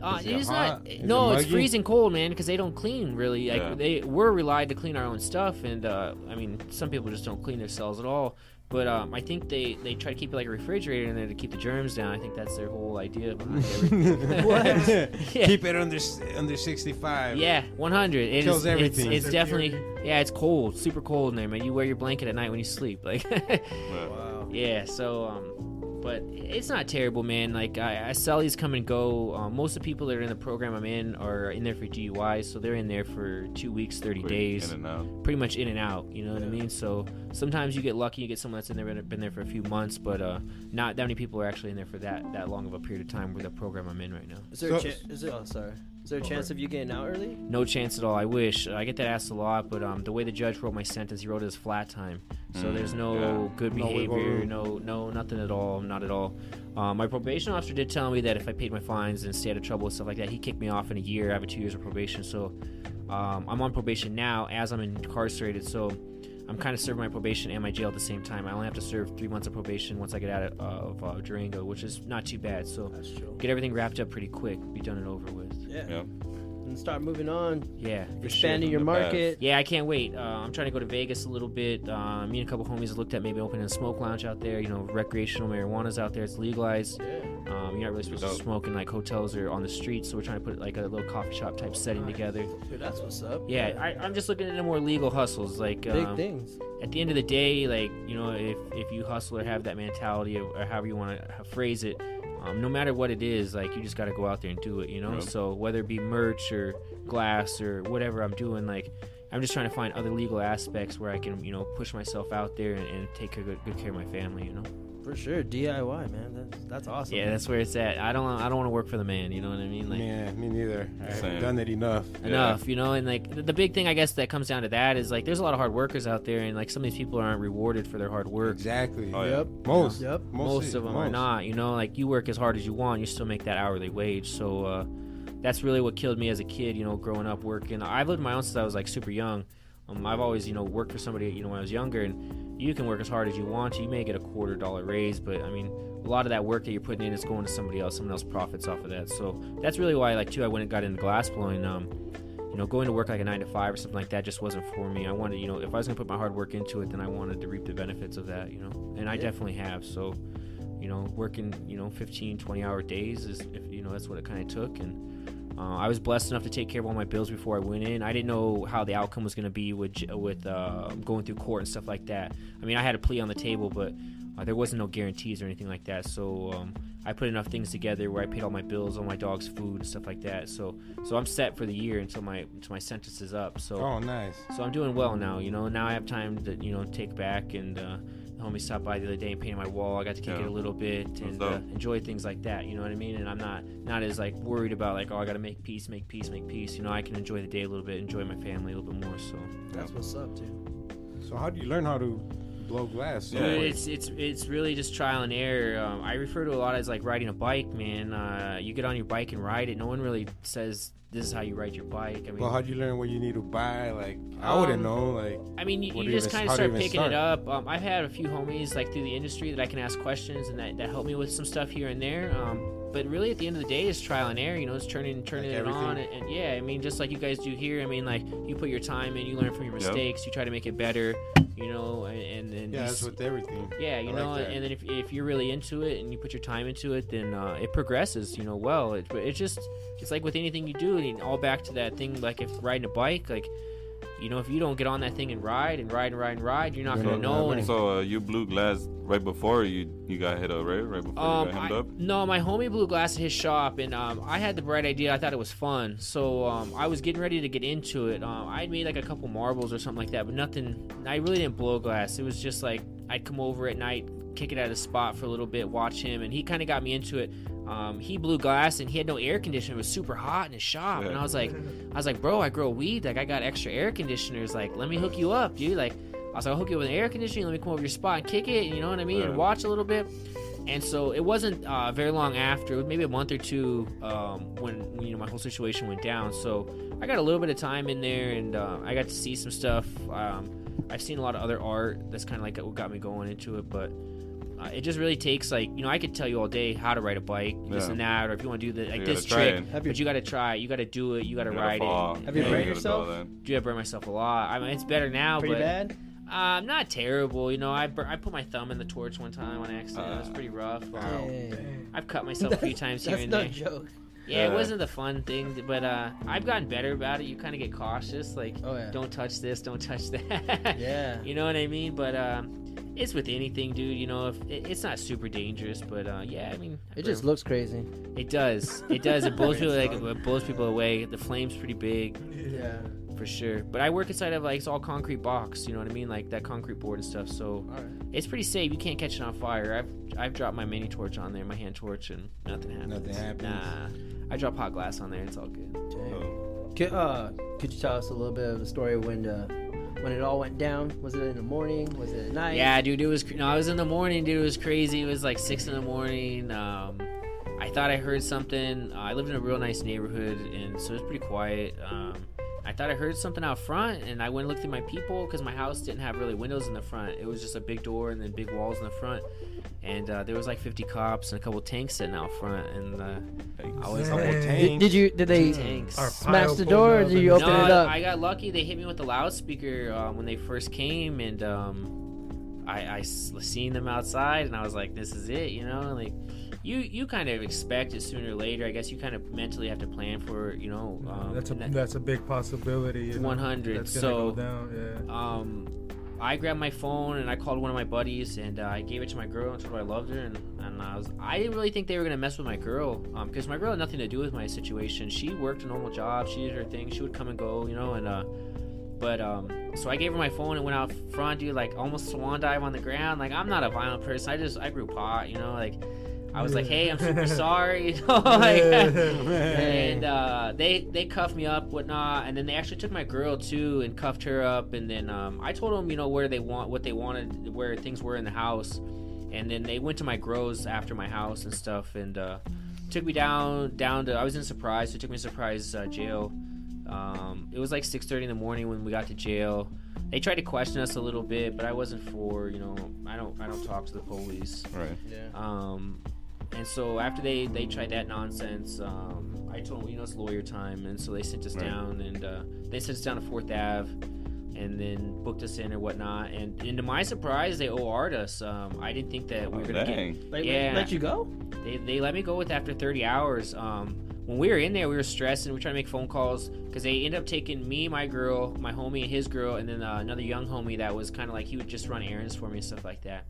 S6: Uh,
S4: Is it
S6: it's
S4: hot?
S6: not.
S4: Is it
S6: no, it's
S4: muggy?
S6: freezing cold, man, because they don't clean really. Like
S3: Yeah.
S6: they we're relied to clean our own stuff, and uh, I mean, some people just don't clean their cells at all. But um, I think they they try to keep it like a refrigerator in there to keep the germs down. I think that's their whole idea
S4: *laughs*
S6: behind everything. *laughs* Yeah.
S4: Keep it under s- under 65.
S6: Yeah, 100. It
S4: Kills
S6: is-
S4: everything.
S6: It's, it's
S2: Their
S6: definitely yeah. It's cold, super cold in there, man. You wear your blanket at night when you sleep, like. *laughs*
S3: yeah.
S5: Wow.
S6: Yeah, so um but it's not terrible, man. Like I, I sell these come and go. Um, most of the people that are in the program I'm in are in there for DUIs, so they're in there for two weeks, thirty
S3: Quick,
S6: days,
S3: In and out.
S6: pretty much in and out. You know what I mean? So sometimes you get lucky, you get someone that's in there been there for a few months, but uh, not that many people are actually in there for that that long of a period of time with the program I'm in right now.
S5: Is there a
S4: So-
S5: cha- is there, oh sorry. Is there a chance of you getting out early?
S6: No chance at all. I wish. I get that asked a lot, but um, the way the judge wrote my sentence, he wrote it as flat time. So
S3: Mm,
S6: there's no
S3: yeah.
S6: good
S4: No wiggle
S6: behavior,
S4: room.
S6: no, no, nothing at all, not at all. Um, my probation officer did tell me that if I paid my fines and stayed out of trouble and stuff like that, he kicked me off in a year. I have a two years of probation, so um, I'm on probation now as I'm incarcerated. So I'm kind of serving my probation and my jail at the same time. I only have to serve three months of probation once I get out of, of uh, Durango, which is not too bad. So
S5: That's true.
S6: get everything wrapped up pretty quick, be done and over with.
S5: Yeah.
S3: Yeah.
S5: And start moving on,
S6: Yeah, for sure.
S5: expanding your
S3: the path.
S5: market.
S6: Yeah, I can't wait. Uh, I'm trying to go to Vegas a little bit. Uh, me and a couple homies looked at maybe opening a smoke lounge out there. You know, recreational marijuana's out there. It's legalized. Um, you're not really supposed to
S3: Dope.
S6: smoke in like hotels or on the streets. So we're trying to put like a little coffee shop type setting together.
S5: Dude, that's what's up.
S6: Yeah, I, I'm just looking into more legal hustles. Like
S5: Big
S6: um,
S5: things.
S6: at the end of the day, like you know, if if you hustle or have that mentality or, or however you want to phrase it, um, no matter what it is, like you just got to go out there and do it. You know,
S3: Yeah.
S6: so whether it be merch or glass or whatever I'm doing, like I'm just trying to find other legal aspects where I can you know push myself out there and, and take good, good care of my family. You know,
S5: For sure. DIY, man. That's that's awesome.
S6: yeah, that's where it's at. I don't I don't want to work for the man. You know what I mean? Like
S4: Yeah, me neither. I haven't
S3: Same.
S4: done it enough.
S3: Yeah.
S6: enough you know and like the- the big thing i guess that comes down to that is like there's a lot of hard workers out there and like some of these people aren't rewarded for their hard work
S4: Exactly.
S3: Oh, yeah.
S5: Yep.
S4: Most.
S5: Yep.
S6: most of them are
S4: most.
S6: not you know like you work as hard as you want you still make that hourly wage so uh, that's really what killed me as a kid you know growing up working i've lived my own since i was like super young um, i've always you know worked for somebody you know when i was younger and you can work as hard as you want to you may get a quarter dollar raise but i mean a lot of that work that you're putting in is going to somebody else someone else profits off of that so that's really why like too i went and got into glass blowing um, you know, going to work like a nine to five or something like that just wasn't for me. I wanted, you know, if I was gonna put my hard work into it, then I wanted to reap the benefits of that, you know, and I definitely have. So, you know, working, you know, 15, 20 hour days is, if, you know, that's what it kind of took. And Uh, I was blessed enough to take care of all my bills before I went in. I didn't know how the outcome was going to be with j- with uh, going through court and stuff like that. I mean, I had a plea on the table, but uh, there wasn't no guarantees or anything like that. So um, I put enough things together where I paid all my bills, all my dog's food, and stuff like that. So so I'm set for the year until my until my sentence is up. So
S4: Oh, nice.
S6: so I'm doing well now. You know, now I have time to you know take back and. Uh, the homie stopped by the other day and painted my wall. I got to kick
S3: Yeah.
S6: it a little bit and
S3: up?
S6: uh, enjoy things like that. You know what I mean? And I'm not not as like worried about like oh I got to make peace, make peace, make peace. You know, I can enjoy the day a little bit, enjoy my family a little bit more. So
S5: That's what's up, dude.
S4: So how do you learn how to blow glass?
S3: Yeah.
S6: Dude, it's it's it's really just trial and error. Um, I refer to a lot as like riding a bike, man. Uh, you get on your bike and ride it. No one really says this is how you ride your bike. I mean,
S4: Well, how do you learn what you need to buy? Like I
S6: Um,
S4: wouldn't know. Like
S6: I mean, you,
S4: What
S6: you
S4: do you
S6: just
S4: even-
S6: kind of
S4: how do
S6: start
S4: you even
S6: picking it up. Um, I've had a few homies like through the industry that I can ask questions and that, that help me with some stuff here and there. Um, but really, at the end of the day, it's trial and error. You know, it's turning turning
S4: Like
S6: it on. And,
S4: everything?
S6: and yeah, I mean, just like you guys do here. I mean, like you put your time in, you learn from your
S3: Yep.
S6: mistakes, you try to make it better. You know, and and, and
S4: yeah,
S6: you
S4: that's
S6: see-
S4: with everything.
S6: yeah, you
S4: I like
S6: know,
S4: that.
S6: and then if, if you're really into it and you put your time into it, then uh, it progresses, you know, well. It, but it's just, it's like with anything you do, and all back to that thing, like if riding a bike, like, you know, if you don't get on that thing and ride and ride and ride and ride, you're not
S4: You're
S6: going to
S4: not
S6: know.
S4: gonna
S6: And if-
S3: So uh, you blew glass right before you you got hit up, right? Right before
S6: um,
S3: you got hemmed
S6: I-
S3: up.
S6: no, my homie blew glass at his shop, and um, I had the bright idea. I thought it was fun, so um, I was getting ready to get into it. Um, I had made like a couple marbles or something like that, but nothing. I really didn't blow glass. It was just like I'd come over at night, kick it at his spot for a little bit, watch him, and he kind of got me into it. Um, he blew glass, and he had no air conditioning. It was super hot in his shop, and I was like, I was like, bro, I grow weed. Like I got extra air conditioners. Like let me hook you up, dude. Like I was like, I'll hook you up with an air conditioning. Let me come over to your spot and kick it. You know what I mean? And
S3: Yeah.
S6: watch a little bit. And so it wasn't uh, very long after, maybe a month or two, um, when you know my whole situation went down. So I got a little bit of time in there, and uh, I got to see some stuff. Um, I've seen a lot of other art. That's kind of like what got me going into it. But uh, it just really takes like you know I could tell you all day how to ride a bike, this
S3: Yeah.
S6: and that, or if you want to do the, like
S3: You
S6: this
S3: gotta try
S6: trick.
S3: it.
S5: Have you-
S6: But you got to try. it, You got to do it. You got to
S3: You gotta
S6: ride
S3: fall.
S6: it.
S5: Have you
S3: Yeah,
S5: burned
S3: gotta do
S5: yourself?
S3: all that.
S6: Do I burn myself a lot? I mean, it's better now,
S5: Pretty
S6: but
S5: bad.
S6: uh, not terrible. You know, I bur- I put my thumb in the torch one time on accident. it was
S3: Uh,
S6: pretty rough. Um,
S5: Oh, Dang.
S6: I've cut myself a few times here
S5: That's
S6: and
S5: no
S6: there.
S5: joke.
S6: Yeah, it
S3: Yeah.
S6: wasn't the fun thing, but uh, I've gotten better about it. You kind of get cautious, like
S5: Oh yeah.
S6: don't touch this, don't touch that. *laughs*
S5: Yeah.
S6: you know what I mean. But um, it's with anything, dude. You know, if it, it's not super dangerous, but uh, yeah, I mean, I
S5: It just
S6: burn-
S5: looks crazy.
S6: it does, it does. It blows people like it blows people away. The flame's pretty big
S5: Yeah.
S6: for sure. But I work inside of like it's all concrete box. You know what I mean, like that concrete board and stuff. So
S5: All right.
S6: it's pretty safe. You can't catch it on fire. I've I've dropped my mini torch on there, my hand torch, and nothing happens.
S4: Nothing happens.
S6: Nah, I drop hot glass on there. It's all good.
S5: Could, uh, could you tell us a little bit of the story when uh, when it all went down? Was it in the morning? Was it at night?
S6: Yeah, dude, it was. cr- No, I was in the morning, dude. It was crazy. It was like six in the morning. Um, I thought I heard something. Uh, I lived in a real nice neighborhood, and so it was pretty quiet. Um, I thought I heard something out front, and I went and looked through my people because my house didn't have really windows in the front. It was just a big door and then big walls in the front. And uh, there was like 50 cops and a couple tanks sitting out front, and uh, I was
S2: Couple
S6: like,
S5: Did, did you did they
S6: tanks.
S2: Our
S5: smash the
S2: pile pulled
S5: door or
S2: up
S5: did
S2: and-
S5: you open
S6: no,
S5: it up?
S6: I got lucky. They hit me with the loudspeaker um, when they first came, and um, I, I s- seen them outside, and I was like, "This is it," you know. And, like, you you kind of expect it sooner or later. I guess you kind of mentally have to plan for, you know. Um,
S2: that's a
S6: and that-
S2: that's a big possibility. you know,
S6: 100,
S2: That's gonna
S6: so-
S2: go down.
S6: um, I grabbed my phone and I called one of my buddies and uh, I gave it to my girl and told her I loved her and, and I was I didn't really think they were gonna mess with my girl because my girl had nothing to do with my situation. She worked a normal job, she did her thing, she would come and go, you know, and uh, but um, so I gave her my phone and went out front, dude, like almost swan dive on the ground. Like I'm not a violent person. I just I grew pot, you know, like. I was like,
S2: Yeah.
S6: "Hey, I'm
S2: *laughs*
S6: super sorry," *laughs* you know, like,
S2: Yeah.
S6: and uh, they they cuffed me up, whatnot, and then they actually took my girl too and cuffed her up, and then um, I told them, you know, where they want, what they wanted, where things were in the house, and then they went to my grows after my house and stuff, and uh, took me down down to I was in surprise, so it took me to surprise uh, jail. Um, it was like 6:30 in the morning when we got to jail. They tried to question us a little bit, but I wasn't for you know I don't I don't talk to the police.
S3: Right.
S6: Um, and so after they they tried that nonsense, um, I told them, you know, it's lawyer time, and so they sent us
S3: Right.
S6: down, and uh, they sent us down to Fourth Ave, and then booked us in or whatnot. And, and to my surprise, they OR'd us. Um, I didn't think that we were
S3: Oh,
S6: gonna
S3: dang.
S5: Like,
S6: yeah.
S5: Let you go?
S6: get. They, they let me go with after 30 hours. Um, when we were in there, we were stressing. We were trying to make phone calls because they ended up taking me, my girl, my homie, and his girl, and then uh, another young homie that was kind of like he would just run errands for me and stuff like that.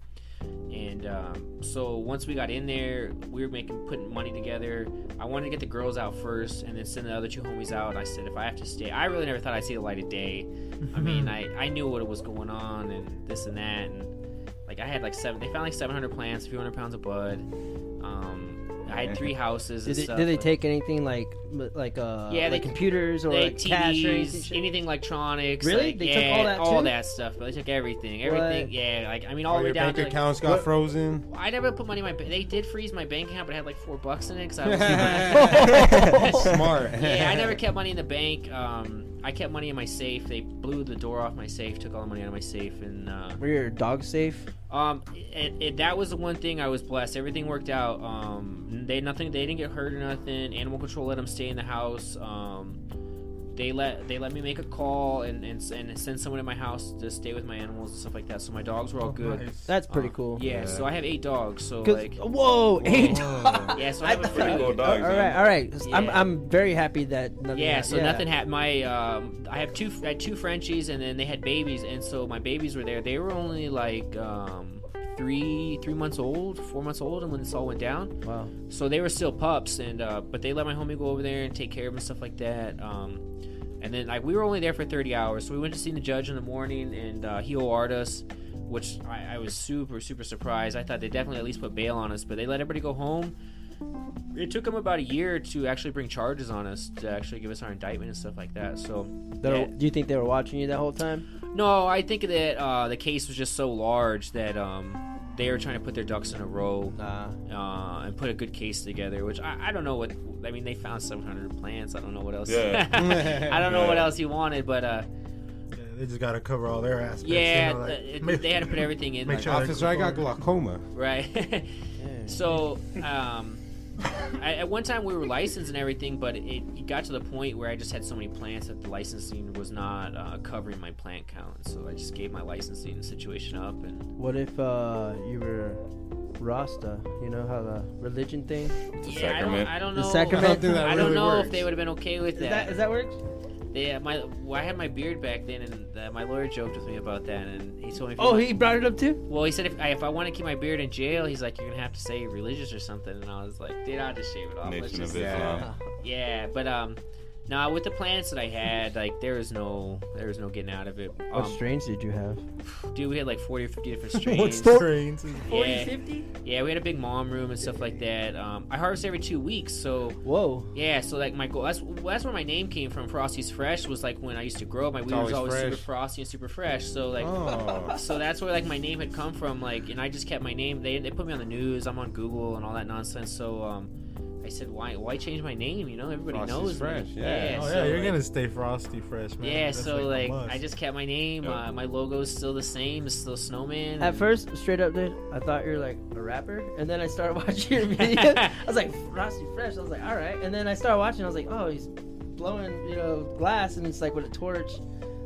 S6: And um, so once we got in there, we were making putting money together. I wanted to get the girls out first, and then send the other two homies out. And I said, if I have to stay, I really never thought I'd see the light of day. I mean, I,
S5: Mm-hmm.
S6: I knew what was going on and this and that, and like I had like seven. They found like 700 plants, a few hundred pounds of bud. Um, I had three houses.
S5: Did
S6: and
S5: they,
S6: stuff,
S5: did they
S6: like-
S5: take anything like m- like uh
S6: Yeah,
S5: like
S6: they-
S5: computers or
S6: they
S5: like cash or anything?
S6: TVs,
S5: shit?
S6: anything electronics.
S5: Really?
S6: like,
S5: They took
S6: yeah,
S5: all that too?
S6: stuff. But they took everything. Everything.
S5: What?
S6: Yeah. Like I mean, all
S4: All
S6: the way
S4: your
S6: down.
S4: bank
S6: To, like,
S4: accounts got
S5: What-
S4: frozen.
S6: I never put money in my. ba- They did freeze my bank account, but I had like four bucks in it because I was.
S4: *laughs*
S6: *laughs*
S4: Smart.
S6: yeah, I never kept money in the bank. Um, I kept money in my safe. They blew the door off my safe, took all the money out of my safe, and uh,
S5: Were your dogs safe?
S6: um, and, and that was the one thing I was blessed. Everything worked out. Um, they nothing. They didn't get hurt or nothing. Animal control let them stay in the house. Um, they let they let me make a call and, and and send someone in my house to stay with my animals and stuff like that. So my dogs were all Oh, good.
S2: Nice.
S5: That's pretty
S6: Uh,
S5: cool.
S6: Yeah,
S4: Yeah.
S6: So I have eight dogs. So
S5: Oh, 'Cause-
S6: like.
S5: whoa, eight dogs.
S6: *laughs* Yeah, so I have a
S5: *laughs*
S3: Pretty
S6: pretty *laughs*
S3: cool dogs.
S5: all right,
S3: man.
S5: all right. I'm
S6: Yeah.
S5: I'm very happy that nothing
S6: Yeah,
S5: happened.
S6: so nothing happened. My um, I have two I had two Frenchies, and then they had babies, and so my babies were there. They were only like um, three three months old, four months old, and when this all went down,
S5: Wow.
S6: so they were still pups, and uh, but they let my homie go over there and take care of them and stuff like that. Um, and then like we were only there for 30 hours, so we went to see the judge in the morning, and uh, he OR'd us, which I, I was super super surprised. I thought they definitely at least put bail on us, but they let everybody go home. It took them about a year to actually bring charges on us to actually give us our indictment and stuff like that. So
S5: They were-
S6: yeah.
S5: Do you think they were watching you that whole time?
S6: No, I think that uh, the case was just so large that um, they were trying to put their ducks in a row
S5: Nah.
S6: uh, and put a good case together. Which I, I don't know what I mean. They found 700 plants. I don't know what else.
S3: Yeah.
S6: *laughs* I don't know what
S3: Yeah.
S6: else he wanted, but uh,
S2: Yeah, they just gotta cover all their aspects.
S6: yeah,
S2: you know, like, *laughs*
S6: the- it-
S2: make-
S6: they had to put everything in.
S2: make
S6: like,
S2: sure-
S4: Officer, I got glaucoma.
S6: Right. *laughs*
S5: Yeah.
S6: so, um, I, at one time we were licensed and everything, but it, it got to the point where I just had so many plants that the licensing was not uh, covering my plant count. So I just gave my licensing situation up and.
S5: What if uh, you were Rasta? You know how the religion thing.
S3: It's a
S6: Yeah,
S3: sacrament.
S6: I don't, I don't
S5: The
S6: know.
S5: sacrament?
S4: I don't think that
S6: I don't
S4: really
S6: know
S4: works.
S6: if they would have been okay with
S5: Is
S6: that.
S5: that is that work?
S6: They, my, well, I had my beard back then, and uh, my lawyer joked with me about that, and he told me. if
S5: Oh,
S6: I-
S5: he brought it up too.
S6: Well, he said if I, if I want to keep my beard in jail, he's like, you're gonna have to say religious or something, and I was like, dude, I'll just shave it off. Let's
S3: Nation
S6: just-
S3: of Islam.
S6: yeah, but um, nah, with the plants that I had, like there was no, there was no getting out of it.
S5: What
S6: Um,
S5: strains did you have?
S6: dude, we had like 40 or 50 different
S2: What's
S6: strains.
S2: the trains?
S6: yeah,
S5: 50?
S6: yeah, we had a big mom room and stuff like that. Um, I harvest every two weeks, so
S5: Whoa.
S6: Yeah, so like my goal that's that's where my name came from. Frosty's fresh was like when I used to grow up, my weed was
S4: always
S6: always super
S4: fresh.
S6: frosty and super fresh. So like,
S4: Oh.
S6: so that's where like my name had come from. Like, and I just kept my name. They they put me on the news. I'm on Google and all that nonsense. So um, I said, why why change my name? You know, everybody
S4: Frosty's
S6: knows me.
S4: Fresh, yeah.
S2: Oh yeah,
S6: so,
S2: you're
S6: like-
S2: gonna stay frosty fresh, man.
S6: yeah,
S2: That's,
S6: so
S2: a
S6: like,
S2: must.
S6: I just kept my name.
S3: Yep.
S6: Uh, my logo's still the same. It's still snowman.
S5: At
S6: and-
S5: first, straight up, dude, I thought you were like a rapper, and then I started *laughs* watching
S6: *laughs*
S5: your video. I was like, Frosty Fresh. I was like, all right. And then I started watching. I was like, oh, he's blowing, you know, glass, and it's like with a torch.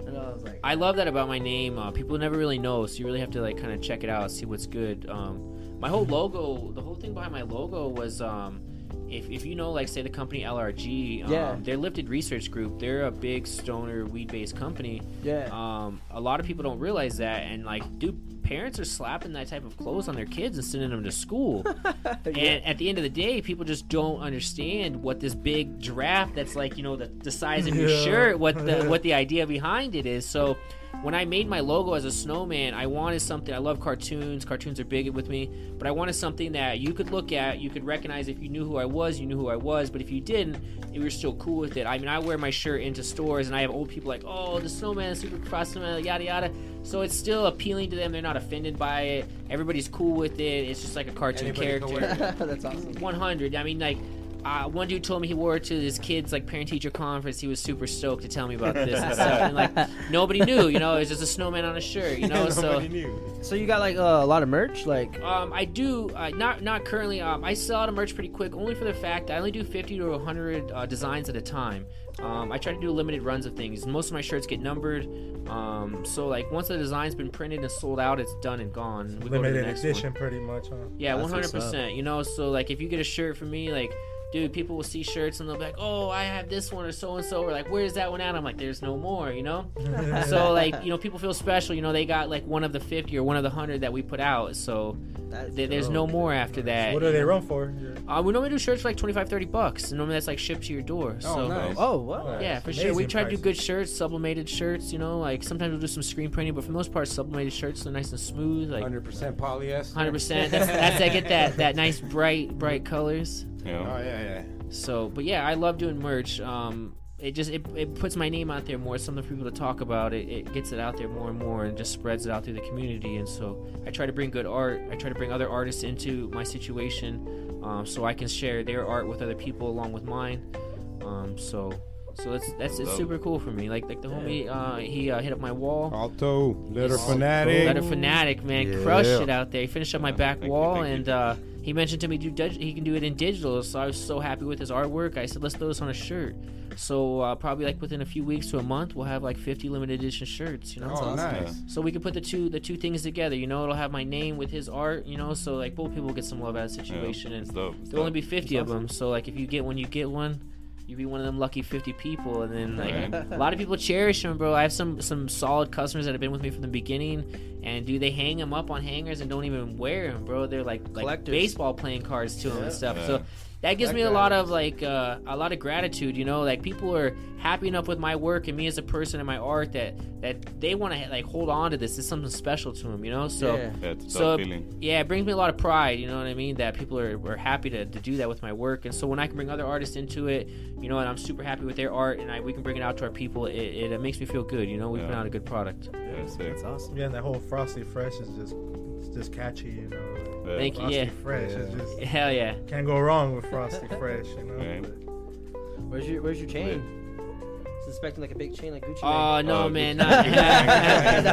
S5: And I was like,
S6: I love that about my name. Uh, people never really know, so you really have to like kind of check it out, see what's good. Um, my whole logo, the whole thing behind my logo was, um, if, if you know, like say the company LRG, um,
S5: Yeah.
S6: they're Lifted Research Group. They're a big stoner weed based company.
S5: yeah.
S6: Um, a lot of people don't realize that, and like, dude, parents are slapping that type of clothes on their kids and sending them to school.
S5: Yeah.
S6: And at the end of the day, people just don't understand what this big giraffe that's like, you know, the, the size of your
S2: Yeah.
S6: shirt, what the
S2: Yeah.
S6: what the idea behind it is. So when I made my logo as a snowman, I wanted something I love cartoons, cartoons are big with me, but I wanted something that you could look at, you could recognize if you knew who I was, you knew who I was, but if you didn't, you were still cool with it. I mean I wear my shirt into stores and I have old people like, Oh, the snowman, the super cross snowman, yada yada. So it's still appealing to them, they're not offended by it, everybody's cool with it, it's just like a cartoon
S4: Anybody can
S6: character.
S4: wear
S5: *laughs*
S4: it.
S5: That's awesome.
S6: 100. I mean, like, uh, one dude told me he wore it to his kid's like parent teacher conference. He was super stoked to tell me about this and stuff. And like,
S5: *laughs*
S6: nobody knew, you know, it was just a snowman on a shirt, you know. so,
S4: *laughs* Nobody knew.
S5: So you got like uh, a lot of merch, like
S6: um, I do uh, not not currently. Um, I sell out of merch pretty quick, only for the fact that I only do 50 to 100 uh, designs at a time. Um, I try to do limited runs of things. Most of my shirts get numbered, um, so like once the design's been printed and sold out, it's done and gone. We go to the
S2: limited
S6: next one.
S2: edition, pretty much. Huh?
S6: Yeah,
S5: That's
S6: one hundred
S5: what's up.
S6: percent. You know, so like if you get a shirt from me, like dude, people will see shirts and they'll be like, "Oh, I have this one," or so and so, or like, "Where's that one at?" I'm like, "There's no more," you
S2: *laughs*
S6: know. so like, you know, people feel special. You know, they got like one of the fifty or one of the hundred that we put out. So
S5: That's
S6: th- there's no more after that.
S2: What do they run for?
S6: Uh, we normally do shirts for like 25, 30 bucks. And normally that's like shipped to your door. so
S4: nice.
S5: Oh, what?
S2: Alright.
S6: yeah,
S2: It's
S6: for sure. We
S2: amazing
S6: try to do
S2: prices.
S6: good shirts, sublimated shirts. You know, like sometimes we'll do some screen printing, but for the most part, sublimated shirts are nice and smooth. Like
S4: 100% polyester.
S6: hundred percent. That's that's I get that that nice bright bright colors.
S3: Yeah.
S4: Oh, yeah, yeah.
S6: So, but yeah, I love doing merch. Um, it just it, it puts my name out there more. It's something for people to talk about. It, it gets it out there more and more, and just spreads it out through the community. And so I try to bring good art. I try to bring other artists into my situation, um, so I can share their art with other people along with mine. Um, so. So that's that's it's
S3: Love
S6: super cool for me. Like like the homie, uh, he uh, hit up my wall.
S4: Alto, letter
S6: Yes.
S4: fanatic.
S6: Letter Fanatic, man,
S4: Yeah.
S6: crushed it out there. He finished up my
S3: Yeah,
S6: back
S3: thank you,
S6: wall,
S3: thank you.
S6: and uh, he mentioned to me do dig- he can do it in digital. So I was so happy with his artwork. I said, let's throw this on a shirt. So uh, probably like within a few weeks to a month, we'll have like 50 limited edition shirts. You know,
S4: oh,
S6: So-
S4: nice.
S6: so we can put the two the two things together. You know, it'll have my name with his art. You know, so like both people get some love out of the
S3: Yeah.
S6: situation,
S3: It's
S6: and
S3: dope. It's
S6: there'll only be
S3: dope.
S6: 50 of them. So like if you get one, you get one. You be one of them lucky 50 people, and then like
S3: Right.
S6: a lot of people cherish them, bro. I have some some solid customers that have been with me from the beginning, and do they hang them up on hangers and don't even wear them, bro? They're like like
S5: Collectors.
S6: baseball playing cards to them
S5: Yeah.
S6: and stuff.
S3: Yeah.
S6: So that gives
S4: That
S6: me a
S4: guy
S6: lot
S4: is-
S6: of like uh, a lot of gratitude. You know, like people are happy enough with my work and me as a person and my art that that they want to like hold on to this. It's something special to them, you know. So.
S5: Yeah.
S3: Yeah, it's a dope
S6: So-
S3: feeling.
S6: Yeah, it brings me a lot of pride, you know what I mean? That people are, are happy to, to do that with my work. And so when I can bring other artists into it, you know, and I'm super happy with their art and I, we can bring it out to our people, it, it, it makes me feel good, you know? We
S3: Yeah.
S6: put out a good product.
S3: Yeah, it's sick.
S2: That's awesome. Yeah, and that whole Frosty Fresh is just it's just catchy, you know. like,
S3: Yeah.
S6: Thank you.
S2: Frosty
S6: yeah.
S2: Fresh is
S7: Yeah.
S6: *laughs*
S2: just
S6: Hell yeah.
S2: can't go wrong with Frosty Fresh, you know.
S3: Right.
S2: but-
S5: Where's your Where's your chain? Suspecting like a big chain like Gucci.
S6: Oh,
S5: Mane.
S6: no,
S3: Oh,
S6: man.
S3: good.
S4: *laughs*
S6: Not,
S5: *laughs*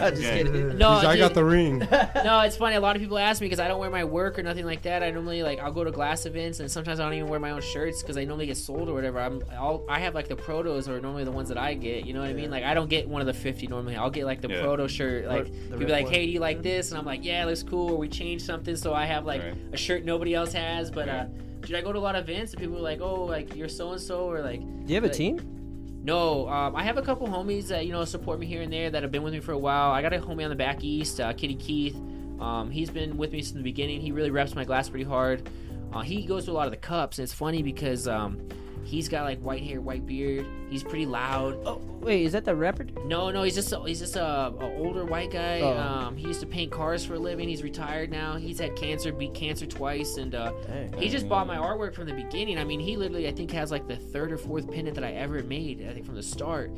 S5: no, just
S3: Yeah.
S5: kidding.
S6: No,
S4: He's, I
S6: dude.
S4: got
S5: *laughs*
S4: the ring.
S6: *laughs* no, it's funny. A lot of people ask me because I don't wear my work or nothing like that. I normally like I'll go to glass events and sometimes I don't even wear my own shirts because they normally get sold or whatever. I'm I'll, I have like the protos or normally the ones that I get. You know what I mean? Like I don't get one of the fifty normally. I'll get like the
S3: Yeah.
S6: proto shirt. Like
S5: The
S6: people
S5: red
S6: be like,
S5: one.
S6: hey, do you like this? And I'm like, yeah, it looks cool. Or we change something, so I have like
S3: Right.
S6: a shirt nobody else has. But
S3: Yeah.
S6: uh, dude, I go to a lot of events and people are like, oh, like you're so and so or like
S5: Do you have a
S6: Like-
S5: team?
S4: *laughs*
S5: *laughs*
S6: no, um, I have a couple homies that you know support me here and there that have been with me for a while. I got a homie on the back east, uh, Kitty Keith. Um, he's been with me since the beginning. He really reps my glass pretty hard. Uh, he goes to a lot of the cups, and it's funny because um, he's got like white hair, white beard. He's pretty loud.
S5: Oh, wait, is that the rapper? dude?
S6: No, no, he's just a, he's just a, a older white guy.
S5: Oh.
S6: Um, he used to paint cars for a living. He's retired now. He's had cancer, beat cancer twice, and uh,
S5: Dang.
S6: he just bought my artwork from the beginning. I mean, he literally, I think, has like the third or fourth pennant that I ever made, I think, from the start.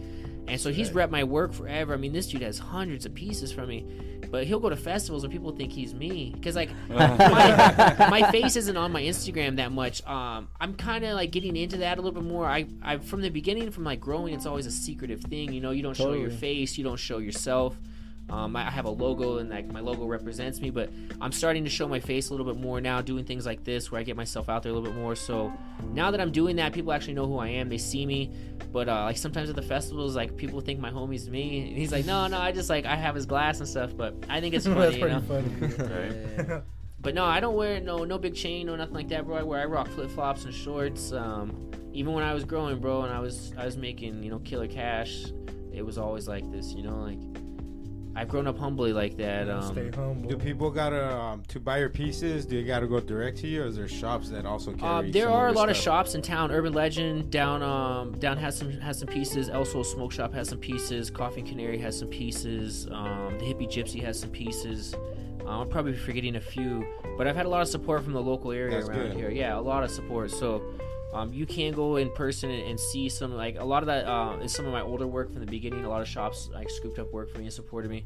S6: And so he's repped my work forever. I mean, this dude has hundreds of pieces from me, but he'll go to festivals where people think he's me. Because, like, my, my face isn't on my Instagram that much. Um, I'm kind of like getting into that a little bit more. I, I, from the beginning, from like growing, it's always a secretive thing. You know, you don't show your
S5: Totally.
S6: face, you don't show yourself. Um, I I have a logo and like my logo represents me, but I'm starting to show my face a little bit more now, doing things like this where I get myself out there a little bit more. So now that I'm doing that, people actually know who I am. They see me, but uh, like sometimes at the festivals, like people think my homie's me, and he's like, no, no, I just like I have his glass and stuff. But I think it's
S2: *laughs* That's
S6: funny, you
S2: pretty
S6: know.
S2: funny.
S6: But no, I don't wear no no big chain, no nothing like that, bro. I wear I rock flip flops and shorts. Um, even when I was growing, bro, and I was I was making you know killer cash, it was always like this, you know, like I've grown up humbly like that. Um,
S2: Stay humble.
S4: Do people gotta um, to buy your pieces? Do you gotta go direct to you, or is there shops that also carry?
S6: Um, there
S4: some
S6: are a
S4: your
S6: lot of
S4: stuff?
S6: shops in town. Urban Legend down um down has some has some pieces. El Sol Smoke Shop has some pieces. Coffee and Canary has some pieces. Um, the Hippie Gypsy has some pieces. Um, I'm probably forgetting a few, but I've had a lot of support from the local area
S4: That's
S6: around
S4: good.
S6: here. Yeah, a lot of support. So. Um, you can go in person and, and see some like a lot of that uh, is some of my older work from the beginning. A lot of shops like scooped up work for me and supported me,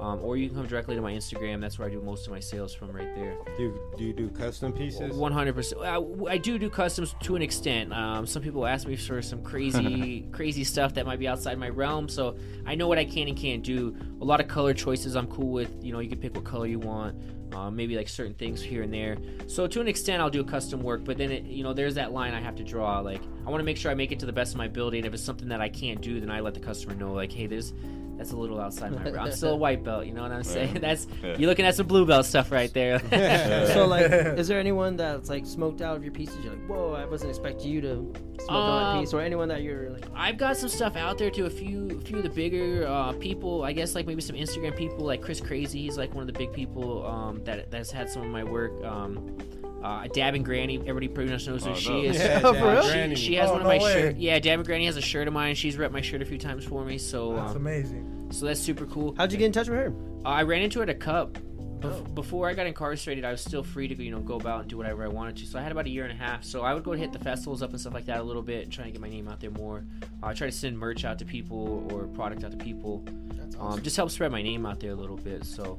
S6: um, or you can come directly to my Instagram. That's where I do most of my sales from right there.
S4: Do, do you do custom pieces?
S6: One hundred percent. I do do customs to an extent. Um, some people ask me for some
S3: *laughs*
S6: crazy, crazy stuff that might be outside my realm, so I know what I can and can't do. A lot of color choices I'm cool with. You know, you can pick what color you want. Um, maybe like certain things here and there. So to an extent, I'll do custom work, but then it, you know, there's that line I have to draw. Like I want to make sure I make it to the best of my ability, and if it's something that I can't do, then I let the customer know. Like, hey, there's that's a little outside my. realm. I'm
S3: *laughs*
S6: still a white belt. You know what I'm saying? *laughs*
S3: Right.
S6: That's
S3: Yeah.
S6: you're looking at some blue belt stuff right
S3: *laughs*
S6: there.
S5: So like, is there anyone that's like smoked out of your pieces? You're like, whoa, I wasn't expecting you to smoke out my
S6: Um,
S5: piece, or anyone that you're like,
S6: I've got some stuff out there to a few a few of the bigger uh, people. I guess like maybe some Instagram people, like Chris Crazy. He's like one of the big people um, that that's had some of my work. Um, uh, Dab and Granny, everybody pretty much knows who
S3: Oh,
S6: she
S3: no.
S6: is. *laughs*
S4: Yeah,
S5: Oh,
S4: Dad,
S5: for real?
S4: Granny.
S6: She has
S2: Oh,
S6: one of
S2: no
S6: my
S2: way.
S6: shirts. Yeah, Dab and Granny has a shirt of mine. She's repped my shirt a few times for me, so
S2: That's
S6: um,
S2: amazing.
S6: so that's super cool.
S5: how'd you get in touch with her?
S6: Uh, I ran into her at a cup. Bef- Before I got incarcerated, I was still free to you know go about and do whatever I wanted to. So I had about a year and a half. So I would go hit the festivals up and stuff like that a little bit, and try to get my name out there more. Uh, I try to send merch out to people or product out to people. Um, just help spread my name out there a little bit. So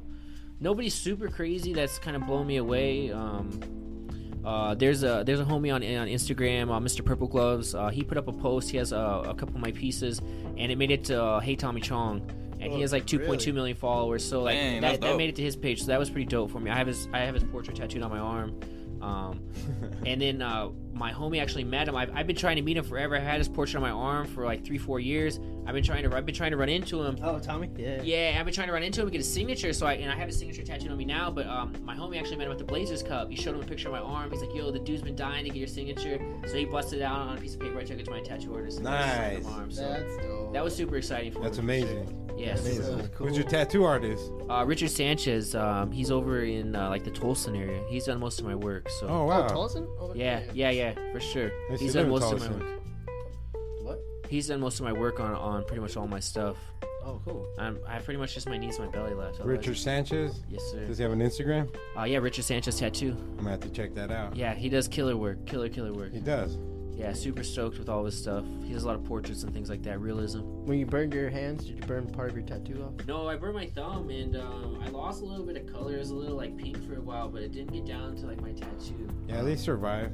S6: nobody's super crazy. That's kind of blown me away. Um, uh, there's a there's a homie on on Instagram, uh, Mr. Purple Gloves. Uh, he put up a post. He has uh, a couple of my pieces, and it made it to uh, Hey Tommy Chong, and he has like 2.2 million followers. So like
S3: Dang, that's
S6: that, that
S3: dope.
S6: made it to his page. So that was pretty dope for me. I have his I have his portrait tattooed on my arm. Um, and then uh, my homie actually met him. I've, I've been trying to meet him forever. I had his portrait on my arm for like three four years. I've been trying to I've been trying to run into him.
S5: Oh, Tommy. Yeah.
S6: Yeah, I've been trying to run into him and get his signature. So I and I have his signature tattooed on me now. But um, my homie actually met him at the Blazers Cup. He showed him a picture of my arm. He's like, "Yo, the dude's been dying to get your signature." So he busted it out on a piece of paper. I took it to my tattoo artist. And I signed
S4: Nice.
S6: my arm. So
S8: That's dope.
S6: that was super exciting for
S4: That's
S6: me.
S4: amazing.
S6: Yeah, super
S8: That's
S6: cool.
S8: cool.
S4: Who's your tattoo artist?
S6: Uh, Richard Sanchez. Um, he's over in uh, like the Tulsa area. He's done most of my work. So.
S4: Oh
S8: Oh,
S4: wow.
S8: Tulsa? Oh,
S6: Yeah, yeah, yeah, for sure.
S4: Yes,
S6: He's
S4: you
S6: done
S4: live in
S6: most of my
S4: Tulsa.
S6: work.
S8: What?
S6: He's done most of my work on on pretty much all my stuff.
S8: Oh, cool.
S6: I'm, I pretty much just my knees, my belly left. otherwise-
S4: Richard Sanchez.
S6: Yes, sir.
S4: Does he have an Instagram?
S6: Uh, yeah, Richard Sanchez tattoo.
S4: I'm gonna have to check that out.
S6: Yeah, he does killer work. Killer, killer work.
S4: He does.
S6: Yeah, super stoked with all his stuff. He does a lot of portraits and things like that. Realism.
S5: When you burned your hands, did you burn part of your tattoo off?
S6: No, I burned my thumb and um, I lost a little bit of color. It was a little like pink for a while, but it didn't get down to like my tattoo.
S4: Yeah, at least survive.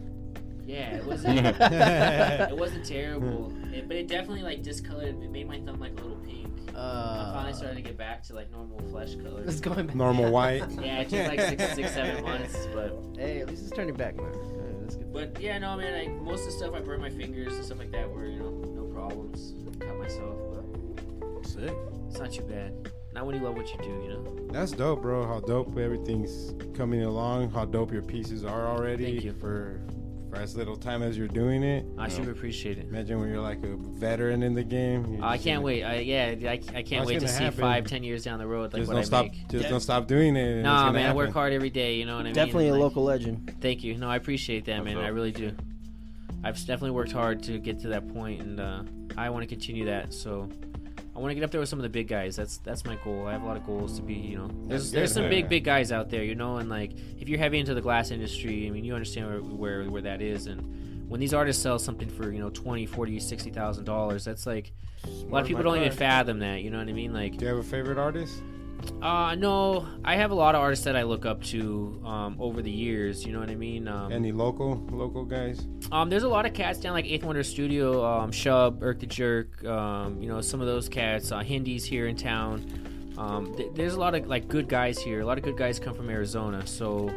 S6: Yeah,
S4: *laughs*
S5: *laughs*
S6: it wasn't. it wasn't terrible, it, but it definitely like discolored. It made my thumb like a little pink. I finally
S5: Uh,
S6: started to get back to like normal flesh color.
S5: it's going back.
S4: Normal white.
S5: *laughs*
S6: Yeah, it took like six, six,
S4: *laughs*
S6: seven months, but
S5: Hey, at least it's turning back, man. Alright, that's good.
S6: but yeah, no, man. Like most of the stuff I burned my fingers and stuff like that were you know no problems. Cut myself, but
S4: Sick.
S6: it's not too bad. Not when you love what you do, you know.
S4: That's dope, bro. How dope everything's coming along. How dope your pieces are already.
S6: Thank you.
S4: for for as little time as you're doing it.
S6: I super appreciate it.
S4: Imagine when you're like a veteran in the game. you're
S6: I
S4: just
S6: can't
S4: gonna-
S6: wait. I, yeah, I, I can't
S4: That's
S6: wait to
S4: gonna
S6: see
S4: happen.
S6: five, ten years down the road like
S4: Just
S6: what
S4: don't
S6: I
S4: stop.
S6: make.
S4: Just don't stop doing it. and it's
S6: Nah,
S4: gonna
S6: man, I work
S4: happen.
S6: hard every day. You know what I mean?
S5: Definitely a
S6: Like,
S5: local legend.
S6: Thank you. No, I appreciate that,
S3: That's
S6: man. I
S3: dope.
S6: really do. I've s- definitely worked hard to get to that point, and uh, I want to continue that. So I want to get up there with some of the big guys. That's that's my goal. I have a lot of goals to be. You know, there's
S4: That's good,
S6: there's some
S4: huh?
S6: big big guys out there. You know, and like if you're heavy into the glass industry, I mean, you understand where where, where that is, and when these artists sell something for you know 20 40 60 thousand dollars that's like a lot
S4: Smart
S6: of people
S4: my
S6: don't even
S4: car.
S6: fathom that you know what i mean like
S4: Do you have a favorite artist?
S6: uh no i have a lot of artists that i look up to um over the years you know what i mean um
S4: Any local local guys?
S6: um, there's a lot of cats down like Eighth Wonder Studio, um, Shub, Irk the Jerk, um, you know, some of those cats, uh, Hindis here in town. Um, th- there's a lot of like good guys here. A lot of good guys come from Arizona, so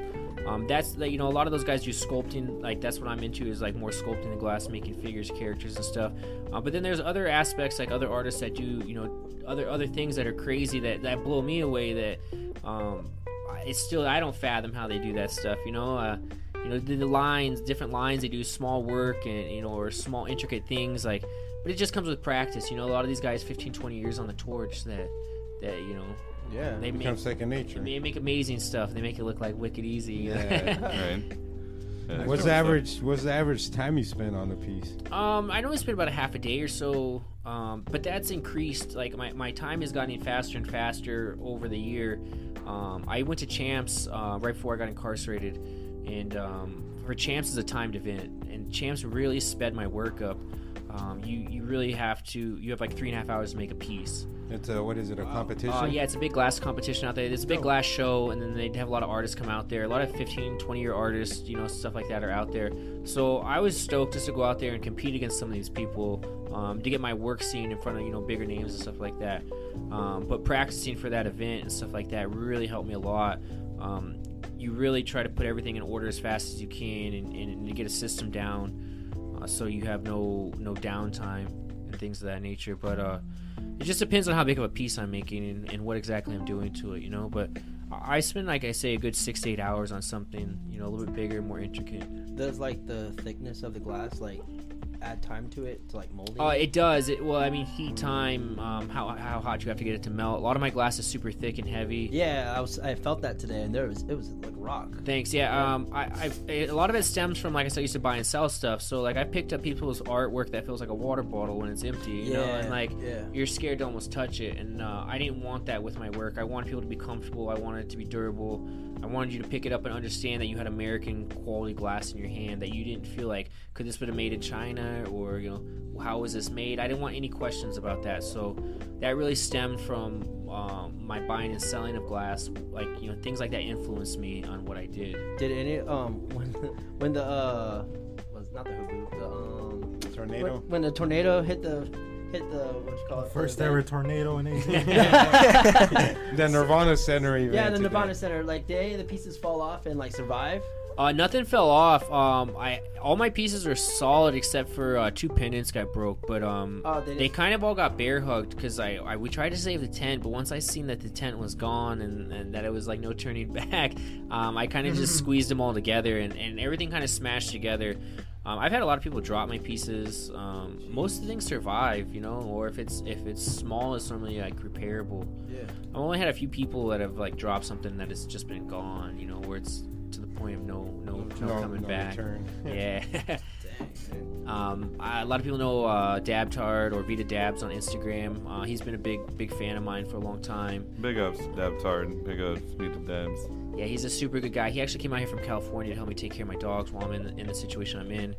S6: um, that's that. You know, a lot of those guys do sculpting. Like that's what I'm into is like more sculpting the glass, making figures, characters, and stuff. Uh, but then there's other aspects like other artists that do you know other other things that are crazy that that blow me away. That um, I- it's still I don't fathom how they do that stuff. You know. Uh, you know the, the lines different lines they do small work and you know or small intricate things like but it just comes with practice you know a lot of these guys 15 20 years on the torch that that you know
S4: Yeah,
S6: They
S4: they
S6: make-
S4: become second nature.
S6: they make amazing stuff they make it look like wicked easy *laughs* you know?
S4: Yeah.
S3: Right.
S4: *laughs*
S3: Yeah,
S4: What's
S3: so-
S4: the average? What's the average time you spend on a piece?
S6: Um, I normally spend about a half a day or so, um, but that's increased. Like my, my time has gotten faster and faster over the year. Um, I went to Champs uh, right before I got incarcerated, and um, for Champs is a timed event, and Champs really sped my work up. Um, you you really have to you have like three and a half hours to make a piece.
S4: It's a what is it? A competition?
S6: Uh, yeah, it's a big glass competition out there. There's a big glass show, and then they'd have a lot of artists come out there. A lot of 15, 20 year artists, you know, stuff like that are out there. So I was stoked just to go out there and compete against some of these people um, to get my work seen in front of, you know, bigger names and stuff like that. Um, but practicing for that event and stuff like that really helped me a lot. Um, you really try to put everything in order as fast as you can and, and, and get a system down uh, so you have no no downtime and things of that nature. But uh, it just depends on how big of a piece I'm making and, and what exactly I'm doing to it, you know. But I I spend, like I say, a good six to eight hours on something, you know, a little bit bigger, more intricate.
S5: Does like the thickness of the glass like add time to it to like molding?
S6: Uh, it does. It well, I mean, heat time, um, how how hot you have to get it to melt. A lot of my glass is super thick and heavy.
S5: yeah, I was I felt that today, and there was it was like rock.
S6: Thanks. Yeah. Um. I. I've, a lot of it stems from like I said, I used to buy and sell stuff. So like I picked up people's artwork that feels like a water bottle when it's empty. You know,
S5: Yeah,
S6: and like
S5: yeah.
S6: you're scared to almost touch it. And uh, I didn't want that with my work. I wanted people to be comfortable. I wanted it to be durable. I wanted you to pick it up and understand that you had American quality glass in your hand. That you didn't feel like could this been made in China or you know how was this made. I didn't want any questions about that. So that really stemmed from um, my buying and selling of glass. Like you know things like that influenced me on what I did.
S5: Did any um *laughs* when when the uh was not the hoodoo the um
S4: Tornado.
S5: when, when the tornado hit the hit the what you call it
S2: First
S5: the-
S2: ever tornado
S5: *laughs*
S2: in Asia.
S4: The Nirvana Center event.
S5: yeah the
S4: today.
S5: Nirvana Center like did any of the pieces fall off and like survive?
S6: Uh, nothing fell off. Um, I all my pieces are solid except for uh, two pendants got broke, but um,
S5: Oh,
S6: they,
S5: they didn't-
S6: kind of all got bear hugged because I, I we tried to save the tent, but once I seen that the tent was gone and, and that it was like no turning *laughs* back, um, I kind of just squeezed them all together and, and everything kind of smashed together. Um, I've had a lot of people drop my pieces. Um, most of the things survive, you know, or if it's if it's small, it's normally like repairable.
S5: Yeah.
S6: I've only had a few people that have like dropped something that has just been gone, you know, where it's to the point of no no, no,
S4: No,
S6: coming
S4: no
S6: back.
S4: return.
S3: *laughs*
S6: Yeah. um, I, a lot of people know uh, Dabtard or Vita Dabs on Instagram. Uh, he's been a big big fan of mine for a long time.
S3: Big ups, Dabtard. Big ups, meet the Dabs.
S6: Yeah, he's a super good guy. He actually came out here from California to help me take care of my dogs while I'm in the, in the situation I'm in.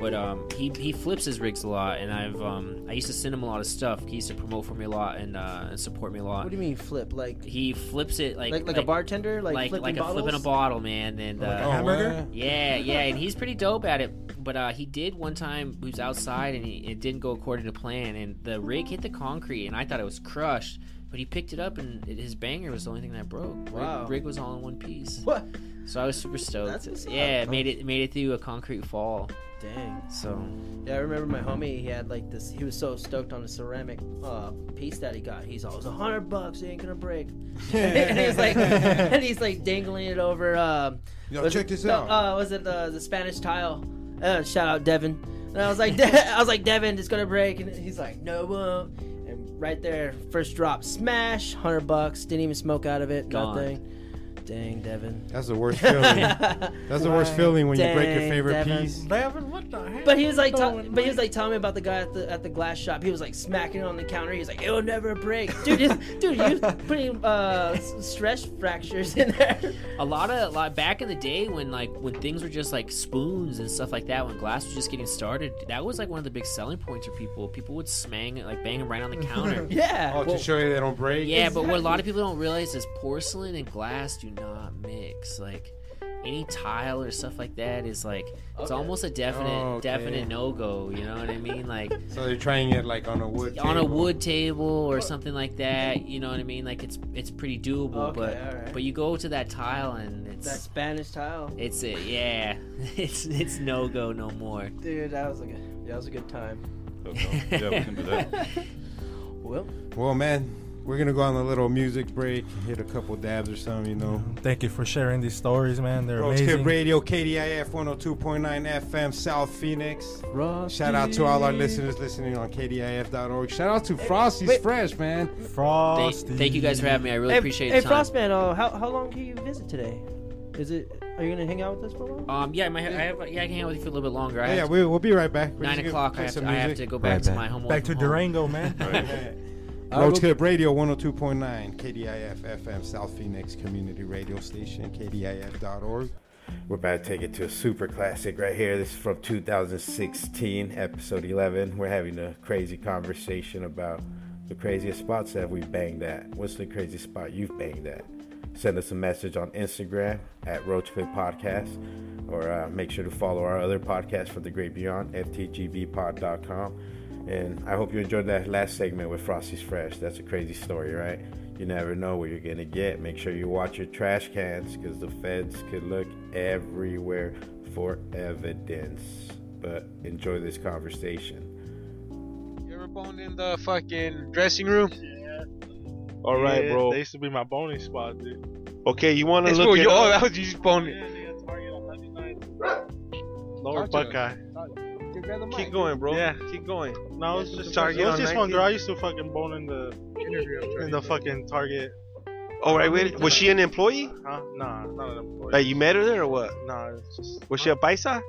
S6: But um, he, he flips his rigs a lot, and I've um, I used to send him a lot of stuff. He used to promote for me a lot and, uh, and support me a lot.
S5: What do you mean flip like
S6: He flips it like
S5: like like, a bartender like
S6: like
S5: flipping
S6: like a
S5: bottles?
S6: flipping a bottle, man. And
S2: Like a
S6: uh,
S2: hamburger?
S6: yeah, yeah,
S5: *laughs*
S6: and he's pretty dope at it. But uh, he did one time. He was outside, and he, it didn't go according to plan, and the rig hit the concrete, and I thought it was crushed. But he picked it up, and it, his banger was the only thing that broke. Rig-
S5: Wow.
S6: Rig, was all in one piece.
S5: What?
S6: So I was super stoked.
S5: That's what's up.
S6: yeah, it made it made it through a concrete fall.
S5: Dang. *laughs*
S6: So
S5: Yeah, I remember my homie. He had like this. He was so stoked on the ceramic uh, piece that he got. He's always a hundred bucks. It ain't gonna
S4: *laughs*
S5: break. *laughs* and he's like,
S2: *laughs*
S5: and he's like dangling it over. Um,
S4: Yo,
S5: was
S4: check
S5: it-
S4: this
S5: no,
S4: out.
S5: Uh, was it the, the Spanish tile? Uh, shout out Devin. And I was like, *laughs* De- I was like, Devin, it's gonna break. And he's like, no, it won't. And right there, first drop, smash, hundred bucks. Didn't even smoke out of it.
S6: Gone.
S5: Nothing. Dang, Devin.
S4: That's the worst
S5: *laughs*
S6: *laughs*
S4: feeling. *laughs* That's the worst feeling when you break your
S5: Dang,
S4: favorite
S5: Devin.
S4: piece.
S2: Devin, what the heck?
S5: But he was like,
S2: Going
S5: tell but he was like telling me about the guy at the at the glass shop. He was like smacking it on the counter. He's like, it'll never break,
S2: *laughs*
S5: dude. His, dude, you putting uh, s- stress fractures in there.
S3: *laughs*
S6: a lot of a lot back in the day when like when things were just like spoons and stuff like that when glass was just getting started that was like one of the big selling points for people people would smang it like bang
S5: *laughs*
S6: them right on the counter
S5: Yeah.
S4: Oh, to show you they don't break.
S6: yeah but what a lot of people don't realize is porcelain and glass do not mix like any tile or stuff like that is like it's
S5: Okay.
S6: almost a definite
S4: Oh, okay.
S6: definite no-go you know what i mean like
S4: So they're trying it like on a wood.
S6: on a
S4: table.
S6: wood table or something like that you know what i mean like it's it's pretty doable
S5: Okay,
S6: but
S5: alright.
S6: but you go to that tile and it's
S5: that Spanish tile,
S6: it's it, yeah. *laughs* It's it's no go no more.
S5: dude. That was like a good, that was a good time.
S3: So, Oh, yeah, we can do that.
S5: *laughs* Well,
S4: Well, man, we're gonna go on a little music break, hit a couple dabs or something, you know.
S2: Thank you for sharing these stories, man. They're
S4: Roach Kid
S2: amazing.
S4: Radio, KDIF 102.9 FM, South Phoenix.
S5: Rusty.
S4: Shout out to all our listeners listening on KDIF.org. Shout out to Frosty's
S5: wait.
S4: Fresh, man.
S6: Thank,
S2: Frosty.
S6: thank you guys for having me. I really
S5: Hey,
S6: appreciate
S5: hey
S6: it.
S5: Frostman, uh, how how long can you visit today? Is it? Are you gonna hang out with us for a while?
S3: Uh,
S6: Um, yeah, I, might, I have. Yeah, I can hang out with you for a little bit longer. I
S4: Yeah,
S6: have
S4: yeah,
S6: to-
S4: we, we'll be right back. We're
S6: nine
S4: just gonna
S6: o'clock. I
S4: play
S6: have, to,
S4: some
S6: I have to
S4: music.
S6: go back
S7: Right
S6: to
S7: back.
S6: my home.
S2: Back to
S6: *laughs*
S2: Durango, man.
S4: Roach Kid Radio 102.9, KDIF FM, South Phoenix Community Radio Station, KDIF.org.
S1: We're about to take it to a super classic right here. This is from 2016, episode 11. We're having a crazy conversation about the craziest spots that we've banged at. What's the craziest spot you've banged at? Send us a message on Instagram at Roachfit Podcast or uh, make sure to follow our other podcast from the great beyond, ftgbpod.com. And I hope you enjoyed that last segment with Frosty's Fresh. That's a crazy story, right? You never know what you're gonna get. Make sure you watch your trash cans because the feds could look everywhere for evidence. But enjoy this conversation. *laughs*
S4: You're
S9: were boned in the fucking dressing room? All right,
S10: Yeah,
S9: bro.
S10: That used to be my boning spot, dude.
S9: Okay, you want
S10: That's
S9: look
S10: cool,
S9: at
S10: yo,
S9: oh,
S10: that
S9: that was you just boned.
S10: Yeah, nigga, Target on 99th. Lower
S9: Talk to
S10: Buckeye.
S9: Keep going, bro.
S10: Yeah.
S9: Keep going.
S10: No, it was
S9: Just
S10: just
S9: Target
S10: It was
S9: on
S10: just one
S9: 19th.
S10: girl. I used to fucking bone in the in the fucking Target.
S9: All right, wait. Was she an employee?
S10: Huh? Nah, not an employee.
S9: Like you met her there or what?
S10: Nah, it's just
S9: Was she a paisa?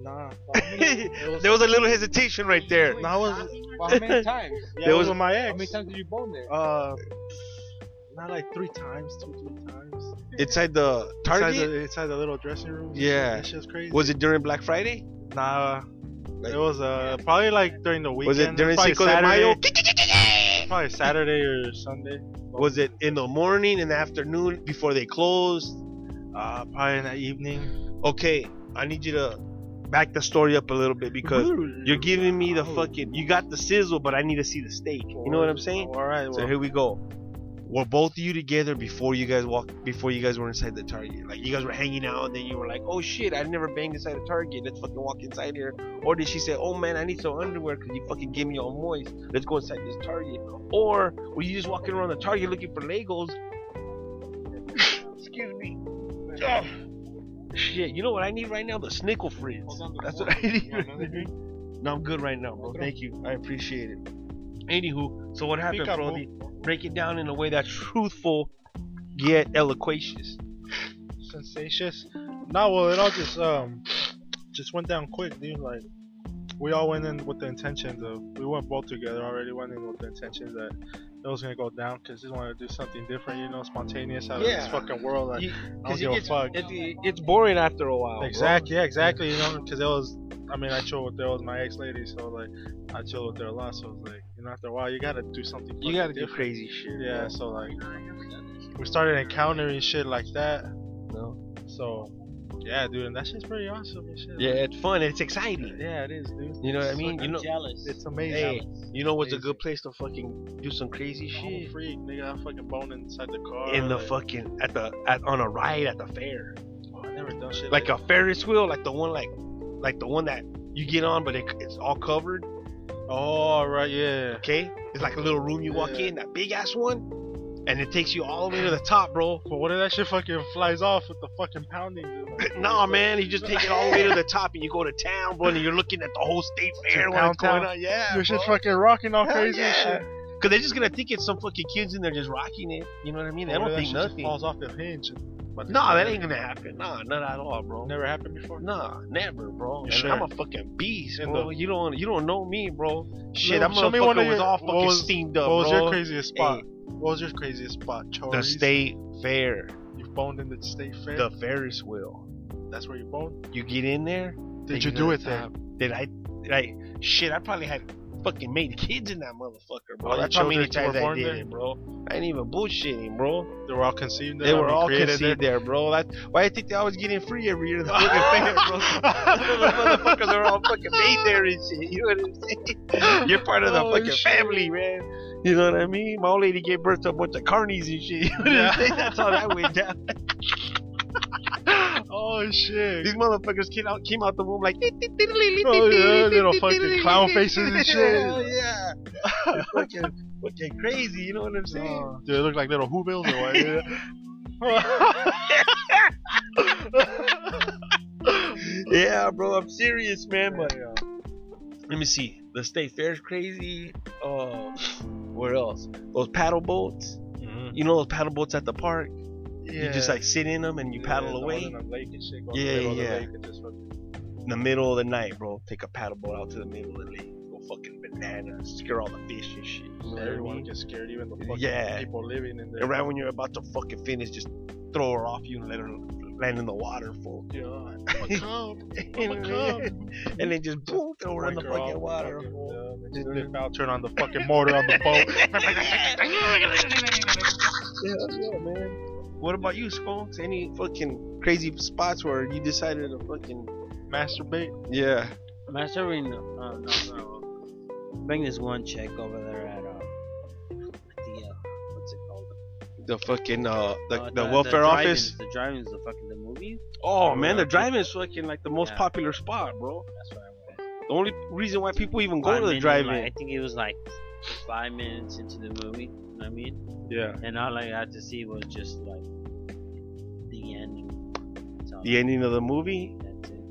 S10: nah.
S9: *laughs* there was a little hesitation right there.
S10: Nah, I was. *laughs*
S9: how many
S10: times? Yeah,
S9: There
S10: it
S9: was-
S10: was with my ex.
S9: did you bone there?
S10: Uh, not like three times, two, three times.
S9: Inside the Target.
S10: Inside the, inside the little dressing room.
S9: Yeah.
S10: That shit's crazy.
S9: Was it during Black Friday?
S10: Nah. it was uh probably like during the weekend.
S9: Was it during
S10: probably
S9: Cinco de Mayo?
S10: Saturday- Probably Saturday or Sunday.
S9: Was it in the morning, in the afternoon, before they closed?
S10: Uh, probably in the evening.
S9: Okay, I need you to back the story up a little bit because you're giving me the fucking. You got the sizzle, but I need to see the steak. You know what I'm saying?
S10: Oh, All right.
S9: So
S10: Well,
S9: here we go. Were both of you together before you guys walked? Before you guys were inside the Target, like you guys were hanging out, and then you were like, "Oh shit, I never banged inside a Target. Let's fucking walk inside here." Or did she say, "Oh man, I need some underwear because you fucking gave me all moist. Let's go inside this Target." Or were you just walking around the Target looking for Legos? *laughs* Excuse me. Ugh. Shit, you know what I need right now? The Snickle Frizz. That's what I need. right now. no, I'm good right now, bro. Thank you. I appreciate it. Anywho, so what happened,
S10: Pick up,
S9: Brody? Break it down in a way that's truthful yet eloquentious.
S10: sensatious. Nah, well, it all just um just went down quick, dude. Like we all went in with the intentions of we went both together already went in with the intentions that it was gonna go down because just wanted to do something different, you know, spontaneous out of
S9: Yeah.
S10: this fucking world. Like
S9: You-
S10: I don't
S9: 'cause
S10: give
S9: it
S10: a
S9: gets-
S10: fuck.
S9: it- it's boring after a while. bro.
S10: Exactly, yeah, exactly. You know, because it was, I mean, I chilled with there was my ex lady, so like, I chilled with her a lot. So it's like, you know, after a while, you gotta do something.
S9: You gotta
S10: fucking
S9: do crazy shit.
S10: different. Yeah, so like, we started encountering shit like that.
S9: No.
S10: So, yeah, dude, and that shit's pretty awesome. and Shit.
S9: Yeah, it's fun. It's exciting.
S10: yeah, it is, dude.
S9: You know what I
S10: It's
S9: mean?
S10: fucking-
S9: You know,
S8: jealous.
S10: it's amazing.
S9: hey, you know what's a
S10: Amazing.
S9: good place to fucking do some crazy
S10: I'm a
S9: shit?
S10: freak, nigga. I fucking bone inside the car.
S9: In the
S10: like,
S9: fucking at the at, on a ride at the fair.
S10: oh, I never done shit
S9: like
S10: like
S9: a Ferris wheel, like the one like like the one that you get on, but it, it's all covered.
S10: Oh, right, yeah.
S9: Okay, it's like a little room you walk
S10: Yeah.
S9: in, that big ass one, and it takes you all the way to the top, bro.
S10: But what if that shit fucking flies off with the fucking pounding? Dude? Like,
S9: *laughs* nah, man, you just take it all the way to the top, and you go to town, bro, and you're looking at the whole state fair when it's
S10: downtown.
S9: going on. Yeah,
S10: Your shit's
S9: bro.
S10: fucking rocking all
S9: Hell
S10: crazy and
S9: yeah.
S10: shit.
S9: Cause they're just gonna think it's some fucking kids in there just rocking it. You know what I mean? They
S10: Or
S9: don't
S10: that
S9: think
S10: shit just
S9: nothing.
S10: Falls off the hinge. But
S9: Nah, that ain't gonna happen. Nah, not at all, bro.
S10: Never happened before.
S9: Nah, never,
S10: You
S9: bro. And I'm
S10: sure?
S9: a fucking beast,
S10: In
S9: bro. you don't, you don't know me, bro. Shit,
S10: Show
S9: I'm
S10: me one of
S9: was
S10: your-
S9: all
S10: what
S9: fucking
S10: was-
S9: steamed
S10: What
S9: up,
S10: was
S9: bro.
S10: your craziest spot?
S9: Hey.
S10: What was your craziest spot?
S9: the
S10: Chorizo?
S9: state fair,
S10: You boned in the state fair.
S9: the Ferris wheel.
S10: That's where you boned.
S9: You get in there.
S10: Did
S9: take
S10: you
S9: it
S10: do
S9: to
S10: it
S9: the
S10: there?
S9: top. Did I? Did I? Shit, I probably had fucking made kids in that motherfucker, bro.
S10: All your
S9: That's how many
S10: children were
S9: times I
S10: born
S9: did
S10: there?
S9: it, bro. I ain't even bullshitting, bro.
S10: They were all conceived there.
S9: They
S10: I
S9: were
S10: mean,
S9: all
S10: created
S9: conceived there, bro. That, why I think they always getting free every year *laughs* to the fucking fair, bro. *laughs* Those motherfuckers are all fucking made there and shit. You know what I'm saying? You're part of the
S10: Oh,
S9: fucking
S10: shit.
S9: family, man. *laughs* You know what I mean? My old lady gave birth to a bunch of carnies and shit. *laughs* You know what I'm saying? That's how that went *laughs* down.
S10: there. Oh shit.
S9: These motherfuckers came out came out the womb like
S10: Oh,
S9: oh,
S10: yeah, little fucking clown faces and shit.
S9: yeah. *laughs* It's fucking, fucking crazy, you know what I'm saying?
S10: Oh, Dude, they look like little hoobills or what? *laughs*
S9: *laughs* yeah, bro, I'm serious, man. But let me see. The state fair's crazy. Uh, *laughs* where else? Those paddle boats.
S10: Mm-hmm.
S9: You know those paddle boats at the park. You just like sit in them and you paddle away in Yeah, yeah. the middle of the night, bro. Take a paddle boat out to the middle of the lake. Go fucking bananas. Scare all the fish and shit. You know what I
S10: Everyone
S9: mean?
S10: gets scared, even the fucking
S9: Yeah.
S10: people living in there.
S9: And right when you're about to fucking finish, just throw her off you and let her land in the water, fool.
S10: Yeah. *laughs*
S9: and then just boom, throw her in the
S10: Break her
S9: fucking
S10: off,
S9: water.
S10: fucking,
S9: fool.
S10: uh, they just lift out, turn on *laughs* the fucking motor on the boat. *laughs*
S9: Yeah, yeah, man. What about you, Skunks? Any fucking crazy spots where you decided to fucking
S10: Masturbate.
S9: yeah?
S8: Mastering. Oh, no, no. Bring this one chick over there at uh, the uh, what's it called?
S9: The fucking uh, the,
S8: Uh,
S9: the, welfare
S8: drive-ins,
S9: office.
S8: The driving is the fucking the movie.
S9: Oh
S8: Or,
S9: man,
S8: uh,
S9: the drive-in is fucking like the most
S8: Yeah.
S9: popular spot, bro.
S8: That's what I
S9: The only reason why people even go
S8: Five
S9: to the
S8: minute,
S9: drive-in.
S8: like, I think it was like five minutes into the movie. You know what I mean?
S9: Yeah.
S8: And all I had to see was just like the ending. That's all
S9: the
S8: I-
S9: *laughs* ending of the movie.
S8: um, That's it.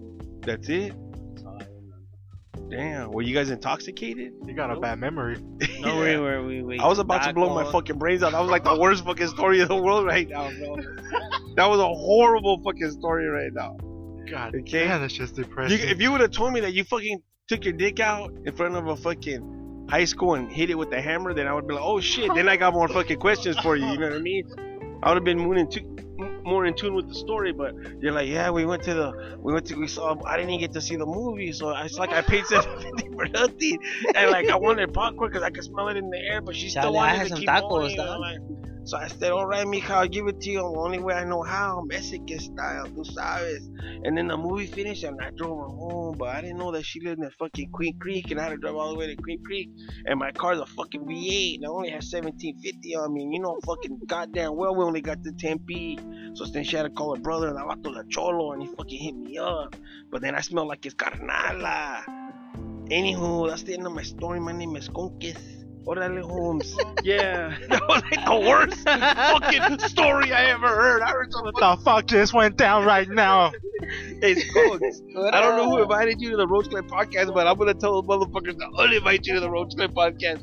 S9: That's it.
S8: That's all I remember.
S9: Damn, were you guys intoxicated?
S10: You got a bad memory.
S8: No, we were. We, we
S9: *laughs* I was about to blow my
S8: tacos.
S9: fucking brains out. That was like the worst fucking story in the world right now, bro. that was a horrible fucking story right now.
S10: God,
S9: Okay.
S10: yeah, that's just
S9: You,
S10: depressing.
S9: if you would have told me that you fucking took your dick out in front of a fucking high school and hit it with a hammer, then I would be like, oh shit. Then I got more fucking questions for you. You know what I mean? I would have been more in, tu- m- more in tune with the story, but you're like, yeah, we went to the, we went to, we saw, I didn't even get to see the movie, so it's like I paid seven fifty for nothing, and like I wanted popcorn because I could smell it in the air, but she still
S8: Chale, I
S9: wanted
S8: had
S9: to
S8: some
S9: keep
S8: tacos,
S9: going. you know,
S8: dog.
S9: like- so I said, all right, mija, I'll give it to you the only way I know how, Mexican style, tú sabes. And then the movie finished and I drove her home, but I didn't know that she lived in fucking Queen Creek and I had to drive all the way to Queen Creek. And my car's a fucking V8 and I only had 1750 on me. And you know, fucking goddamn well, we only got the 10p. So then she had to call her brother and I walked to La Cholo and he fucking hit me up. But then I smelled like his carnala. Anywho, that's the end of my story. My name is Conquist.
S10: *laughs*
S9: Orale Holmes. yeah. *laughs* That was like the worst fucking story I ever heard. I heard something.
S10: what the fuck just went down right now?
S9: It's I don't know who invited you to the Roach Clip podcast, but I'm gonna tell the motherfuckers to uninvite you to the Roach Clip podcast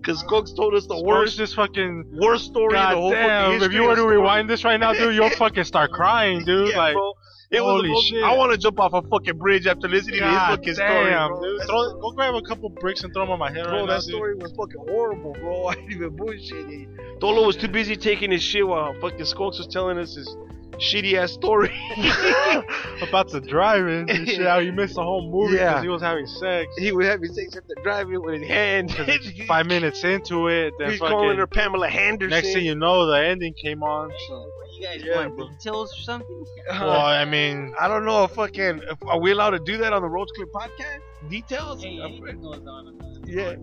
S9: because Cooks told us the
S10: Worst,
S9: worst,
S10: just fucking.
S9: worst story in the whole
S10: God
S9: fucking
S10: damn!
S9: history.
S10: If you were
S9: of
S10: to
S9: stories.
S10: rewind this right now, dude,
S9: *laughs*
S10: you'll fucking start crying, dude.
S9: yeah,
S10: like,
S9: bro, it was
S10: holy
S9: the most-
S10: shit.
S9: I want to jump off a fucking bridge after listening
S10: God
S9: to his fucking story.
S10: damn,
S9: bro.
S10: dude.
S9: That's-
S10: Throw, go grab a couple bricks and throw them on my head
S9: Bro,
S10: right now,
S9: that
S10: dude.
S9: story was fucking horrible, bro. *laughs* I didn't even bullshit it. Dolo was too busy taking his shit while fucking Skunks was telling us his shitty ass story.
S10: *laughs* about to drive in and shit. How he missed the whole movie because
S9: Yeah.
S10: he was having sex.
S9: he was having sex at the drive-in with his hand.
S10: 'Cause
S9: *laughs*
S10: it's five minutes into it, then
S9: He's calling
S10: fucking
S9: her Pamela Henderson.
S10: next thing you know, the ending came on.
S8: You guys
S9: Yeah,
S8: want
S9: bro.
S8: details or something?
S10: Well, I mean,
S9: Uh-huh. I don't know if fucking if, are we allowed to do that on the Roach Clip podcast? Details?
S8: Hey,
S9: I'm-
S8: anything goes on. in the-
S9: yeah,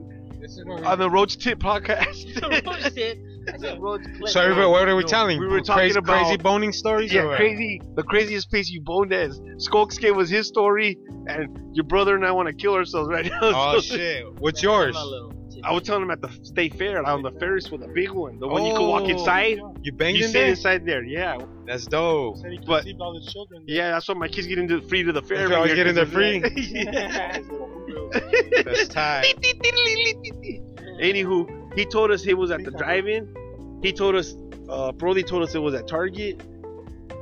S8: This is
S9: on the Roach Tip podcast.
S8: road shit. *laughs* I said road clip.
S4: Sorry, but what are we
S9: No,
S4: telling?
S9: we were
S4: crazy,
S9: talking about-
S4: crazy boning stories. or
S9: yeah,
S4: what?
S9: crazy. The craziest place you boned as Skulks gave was his story, and your brother and I want to kill ourselves right now.
S4: Oh
S9: *laughs* So-
S4: shit! What's yours?
S9: I was telling him at the state fair on the Ferris with a big one, the one you can walk
S4: Oh,
S9: inside.
S4: You banged
S9: You
S4: in
S9: sit
S4: there?
S9: inside there, yeah,
S4: That's dope.
S10: said he
S9: But-
S10: conceived all his children.
S9: yeah. That's why my kids get into free to the fair.
S4: That's why I was
S9: here
S4: getting
S10: *laughs*
S9: 'cause *laughs*
S4: there
S9: of that. *laughs*
S4: That's tight.
S9: Anywho, he told us he was at the drive-in. He told us, uh, Brody told us it was at Target.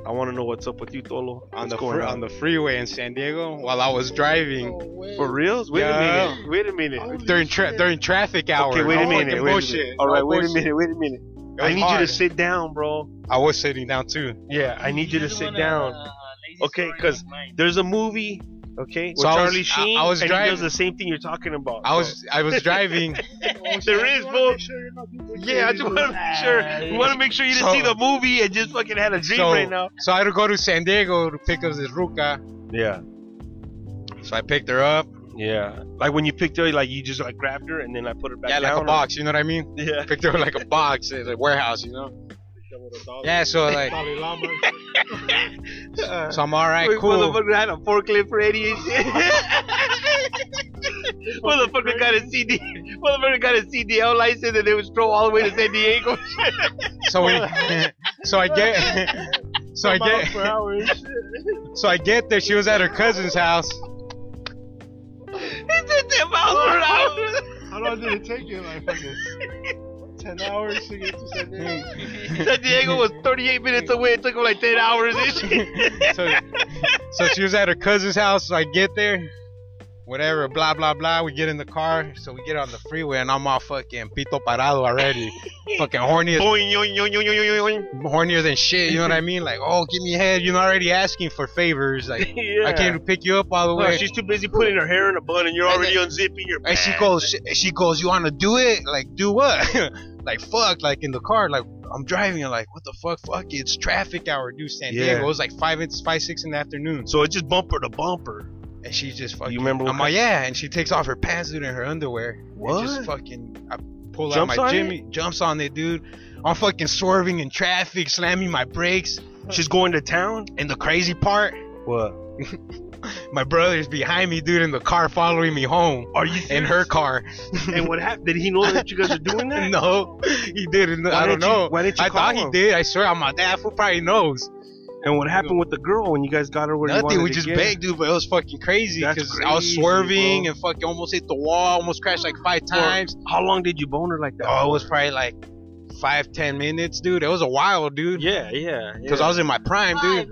S9: I want to know what's up with you,
S4: on
S9: Tolo. What's
S4: the
S9: going
S4: fr- on the freeway in San Diego while I was driving
S9: for reals? Wait
S4: Yeah.
S9: a minute. Wait a minute.
S10: Oh.
S4: during tra- during traffic hour.
S9: okay, wait a
S4: No
S9: minute.
S4: fucking
S9: Wait a
S4: bullshit.
S9: minute.
S4: No
S9: All right, wait a
S4: bullshit.
S9: minute. Wait a minute.
S4: It was
S9: I need you
S4: hard.
S9: to sit down, bro.
S4: I was sitting down too.
S9: Yeah, I need you to sit down. Okay, 'cause There's a movie, okay, with
S4: So I was-
S9: Charlie Sheen,
S4: I- I was
S9: and he does
S4: driving-
S9: the same thing you're talking about.
S4: I *laughs* was I was
S9: *laughs*
S4: driving.
S9: There is, bro. *laughs* Yeah, I just want to make sure. We want to make sure you didn't
S4: So-
S9: see the movie and just fucking had a dream
S4: So-
S9: right now.
S4: so I had to go to San Diego to pick up this ruca.
S9: Yeah,
S4: So I picked her up.
S9: yeah. Like when you picked her, like you just like grabbed her and then I put her back
S4: yeah, like
S9: down.
S4: a box. You know what I mean?
S9: Yeah.
S4: Picked her up like a box at a warehouse. You know? Yeah. So
S9: *laughs*
S4: like, so I'm all right,
S9: Wait,
S4: cool.
S9: Motherfucker had a forklift ready and shit. motherfucker got a CD. Motherfucker got a CDL license and they would stroll all the way to San Diego. *laughs*
S4: So we, *laughs* so I get, *laughs* so I get. So I get there, she was at her cousin's house.
S9: it's at 10 miles per hour.
S10: How long did it take you? Like fucking
S9: *laughs*
S10: ten hours to get to San Diego.
S9: San Diego was 38 minutes away. It took him like 10 hours
S4: *laughs*
S9: and shit.
S4: So, so she was at her cousin's house, so I get there. Whatever, blah blah blah. We get in the car, so we get on the freeway, and I'm all fucking pito parado
S9: *laughs*
S4: already, fucking horny, as,
S9: Boing, yoing, yoing, yoing, yoing, yoing,
S4: hornier than shit. You know what I mean? Like, oh, give me head. You're already asking for favors. Like,
S9: yoing. *laughs* Yeah.
S4: I came to pick you up all the
S9: Oh,
S4: way.
S9: she's too busy putting her hair in a bun, and you're already unzipping your.
S4: And she
S9: pants.
S4: goes, she, she goes, you want to do it? Like, do what? *laughs* like, fuck, like in the car, like I'm driving, like what the fuck, fuck, it's traffic hour, dude. San
S9: Yeah.
S4: Diego, it was like five, it's five, six in the afternoon,
S9: So it's just bumper to bumper.
S4: and she just fucking.
S9: You remember?
S4: I'm
S9: what-
S4: like, yeah, and she takes off her pants, dude, and her underwear. and
S9: What?
S4: just fucking, I pull out
S9: Jumps
S4: my
S9: on
S4: Jimmy, jumps on it, dude. I'm fucking swerving in traffic, slamming my brakes.
S9: She's going to town.
S4: *laughs* And the crazy part,
S9: What?
S4: my brother's behind me, dude, in the car following me home. Are you in her car?
S9: And what happened? Did he know that you guys
S4: *laughs*
S9: are doing that?
S4: no, he didn't.
S9: Why
S4: I don't
S9: didn't you-
S4: know.
S9: why didn't you
S4: I thought
S9: call him?
S4: he did. I swear, on my dad, fool probably knows.
S9: And what happened with the girl when you guys got her where you
S4: Nothing.
S9: wanted
S4: We
S9: to
S4: just
S9: get?
S4: begged, dude, but it was fucking crazy
S9: That's
S4: because I was
S9: crazy,
S4: swerving
S9: bro.
S4: and fucking almost hit the wall, almost crashed like five times.
S9: How long did you bone her like that?
S4: Oh, it was probably like five, ten minutes, dude. It was a while, dude.
S9: Yeah, yeah.
S4: Because I was in my prime, dude.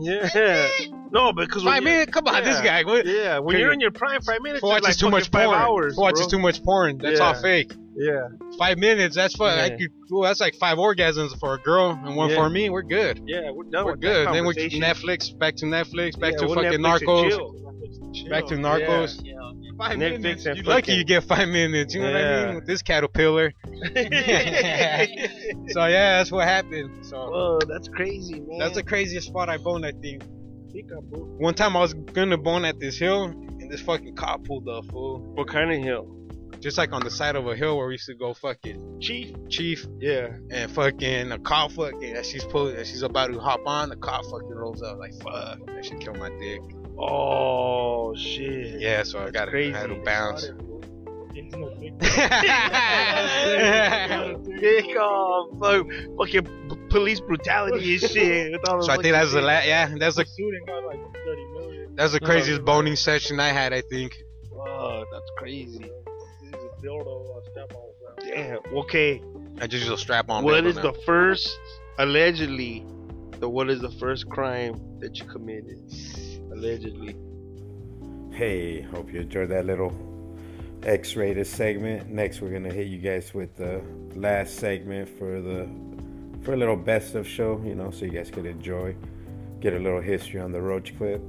S9: yeah. yeah. No, because when
S4: Five
S9: you-
S4: minutes? Come on, this guy. What?
S9: Yeah, when
S4: Period.
S9: you're in your prime, five minutes.
S4: Four
S9: is
S4: watches
S9: like
S4: too much
S9: fucking
S4: porn.
S9: Five hours.
S4: Four watches
S9: bro.
S4: too much porn. That's all
S9: Yeah. *laughs*
S4: fake.
S9: Yeah,
S4: Five minutes. That's fuck. I
S5: Yeah.
S4: could. Ooh, that's like five orgasms for a girl and one
S9: Yeah.
S4: for me. We're good.
S9: yeah. We're done.
S4: We're
S9: with
S4: good.
S9: That
S4: Then we're
S9: conversation.
S4: Netflix. Back to Netflix. Back
S9: Yeah,
S4: to
S9: we're
S4: fucking
S9: Netflix and
S4: Narcos.
S9: chill. Netflix
S4: Back to
S9: chill.
S4: Narcos. Five
S9: Netflix
S4: minutes.
S9: and
S4: You lucky
S9: fucking-
S4: you get five minutes. You know what I
S9: Yeah.
S4: mean? With this
S9: *laughs*
S4: caterpillar. *laughs*
S9: Yeah.
S4: so yeah, that's what happened. So
S9: Whoa, that's crazy, man.
S4: that's the craziest spot I boned. I think.
S9: Pickup, bro.
S4: One time I was gonna bone at this hill and this fucking cop pulled up, fool.
S9: What kind of hill?
S4: Just like on the side of a hill where we used to go fucking
S9: Chief.
S4: chief
S9: Yeah.
S4: And fucking the cop fucking as she's pulling as she's about to hop on, the cop fucking rolls up like fuck. That should kill my dick.
S9: Oh shit.
S4: Yeah, so I
S9: That's
S4: got
S9: crazy.
S4: I had to bounce.
S9: Dick off, fuck, fucking p- police brutality and *laughs* shit. With all
S4: so
S9: the
S4: I think that's the
S9: fucking-
S4: last. Yeah, that's the
S10: Shooting got like 30 million.
S4: that's
S9: Uh-huh.
S4: the craziest boning session I had. I think.
S9: Fuck, that's crazy.
S10: This is a dildo. I step on it.
S9: Damn. Okay.
S4: I just used a strap on.
S9: What is the first allegedly the what is the first crime that you committed? Allegedly.
S1: Hey, hope you enjoyed that little X-rated segment. Next, we're gonna hit you guys with the last segment for the for a little best of show, you know, so you guys could enjoy, get a little history on the Roach clip.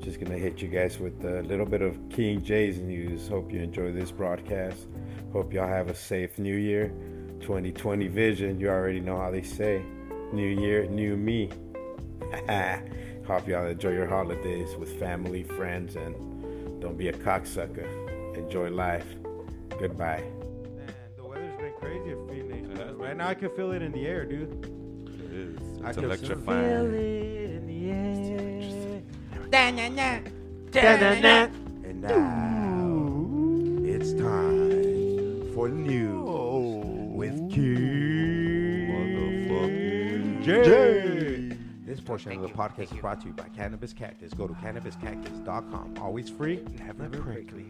S1: Just gonna hit you guys with a little bit of King Jay's news. Hope you enjoy this broadcast. Hope y'all have a safe New Year, 2020 vision. You already know how they say, New Year, New Me. *laughs* Hope y'all enjoy your holidays with family, friends, and don't be a cocksucker. Enjoy life. Goodbye.
S2: Man, the weather's been crazy in Phoenix. but uh, Right now, I can feel it in the air, dude.
S3: It is.
S2: I
S3: It's
S2: can
S3: electrifying.
S2: And now it's time for news with King Jay. This portion of the podcast is brought to you by Cannabis Cactus. Go to cannabiscactus.com. Always free, never prickly.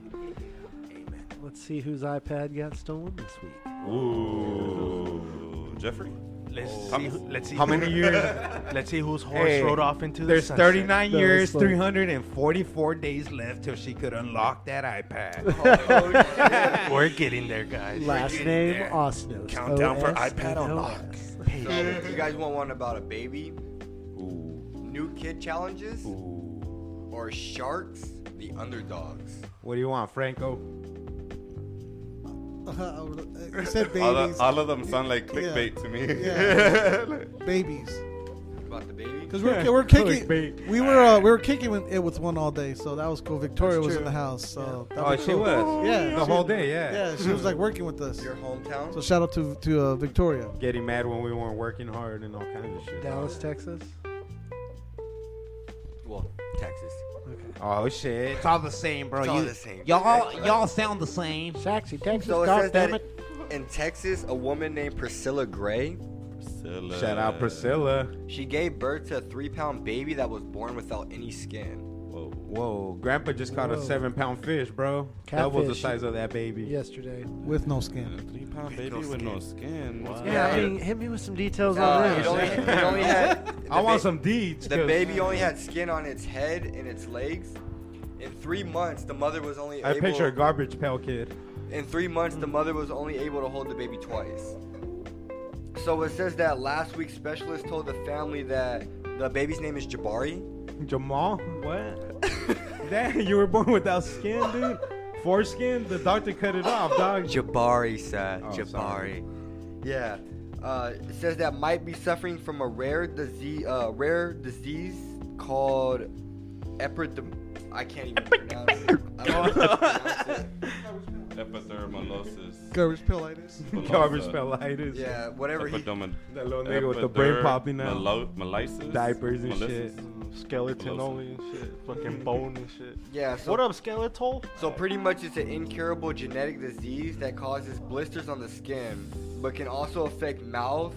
S11: Let's see whose iPad got stolen this week.
S3: Ooh, Jeffrey.
S12: Let's
S3: How
S12: see.
S3: many-
S12: who- Let's see.
S2: how *laughs*
S12: who-
S2: many years?
S12: Let's see whose horse
S2: Hey,
S12: rode off into the
S2: There's
S12: sunset.
S2: 39
S11: That
S2: years,
S11: was fun.
S2: 344 days left till she could unlock that
S11: *laughs*
S2: iPad.
S12: We're getting there, guys. We're
S11: Oh, Last
S12: getting
S11: name
S12: there.
S11: Osnos.
S12: Countdown for iPad
S11: O-S-N-O-S.
S12: Patience.
S13: So, you guys want one about a baby?
S3: Ooh,
S13: New kid challenges?
S3: ooh.
S13: Or sharks? The underdogs?
S2: what do you want, Franco?
S11: Uh,
S13: *laughs*
S11: you said
S3: All, of-
S11: babies.
S3: all of them sound like
S11: Yeah.
S3: clickbait to me.
S13: *laughs*
S11: Yeah. *laughs* babies.
S13: About the baby?
S11: Because we're, we're
S2: Click
S11: kicking.
S2: bait.
S11: We were uh, we were kicking with, it with one all day, so that was cool. Victoria was in the house, so that
S2: Oh,
S11: was
S2: she
S11: cool.
S2: was.
S11: Yeah,
S2: The
S11: she-
S2: whole day, yeah.
S11: Yeah, she was like working with us.
S13: Your hometown?
S11: So shout out to to uh, Victoria,
S2: Getting mad when we weren't working hard and all kinds of shit.
S11: Dallas, Texas.
S13: well, Texas.
S2: Oh shit! It's all the same, bro.
S13: It's all
S2: You-
S13: the same.
S2: Y'all,
S13: Exactly.
S2: y'all sound the same.
S11: Saxy, Texas.
S13: So it
S11: God
S13: says
S11: damn
S13: that
S11: it.
S13: in Texas, a woman named Priscilla Gray,
S3: Priscilla.
S2: Shout out Priscilla.
S13: she gave birth to a three-pound baby that was born without any skin.
S3: Whoa.
S2: Whoa, Grandpa just caught a
S11: Whoa.
S2: seven-pound fish, bro. That was the
S11: Catfish.
S2: size of that baby.
S11: Yesterday with no
S3: A
S11: skin.
S3: three-pound baby with no skin. What's going
S11: Yeah,
S3: on?
S11: I mean, hit me with some details
S13: Uh,
S11: on
S13: it
S11: this.
S13: only, it only had.
S2: I
S13: the
S2: want
S13: ba-
S2: some deeds.
S13: The
S2: 'cause-
S13: baby only had skin on its head and its legs. In three months, the mother was only
S2: I
S13: able.
S2: picture a garbage pail kid.
S13: In three months, the mother was only able to hold the baby twice. So it says that last week's specialist told the family that the baby's name is Jabari.
S2: Jamal, *laughs* what? Damn, you were born without skin, dude. Foreskin. The doctor cut it off, dog.
S13: Jabari, sir.
S2: Oh, sorry.
S13: Jabari. Yeah. Uh, it says that might be suffering from a rare disease, uh, rare disease called epidem. I can't even pronounce it. I don't *laughs* know how to pronounce it. *laughs*
S3: Epithermalosis.
S11: Garbage pill like this.
S2: Garbage pelitis.
S13: Yeah, whatever he.
S3: Epidomin-
S2: That little nigga with the brain popping out.
S3: Melo- melisis?
S2: Diapers and shit.
S3: Melissus?
S10: skeleton only and shit, fucking bone and shit.
S13: Yeah.
S10: what up, skeletal?
S13: So pretty much, it's an incurable genetic disease that causes blisters on the skin, but can also affect mouth.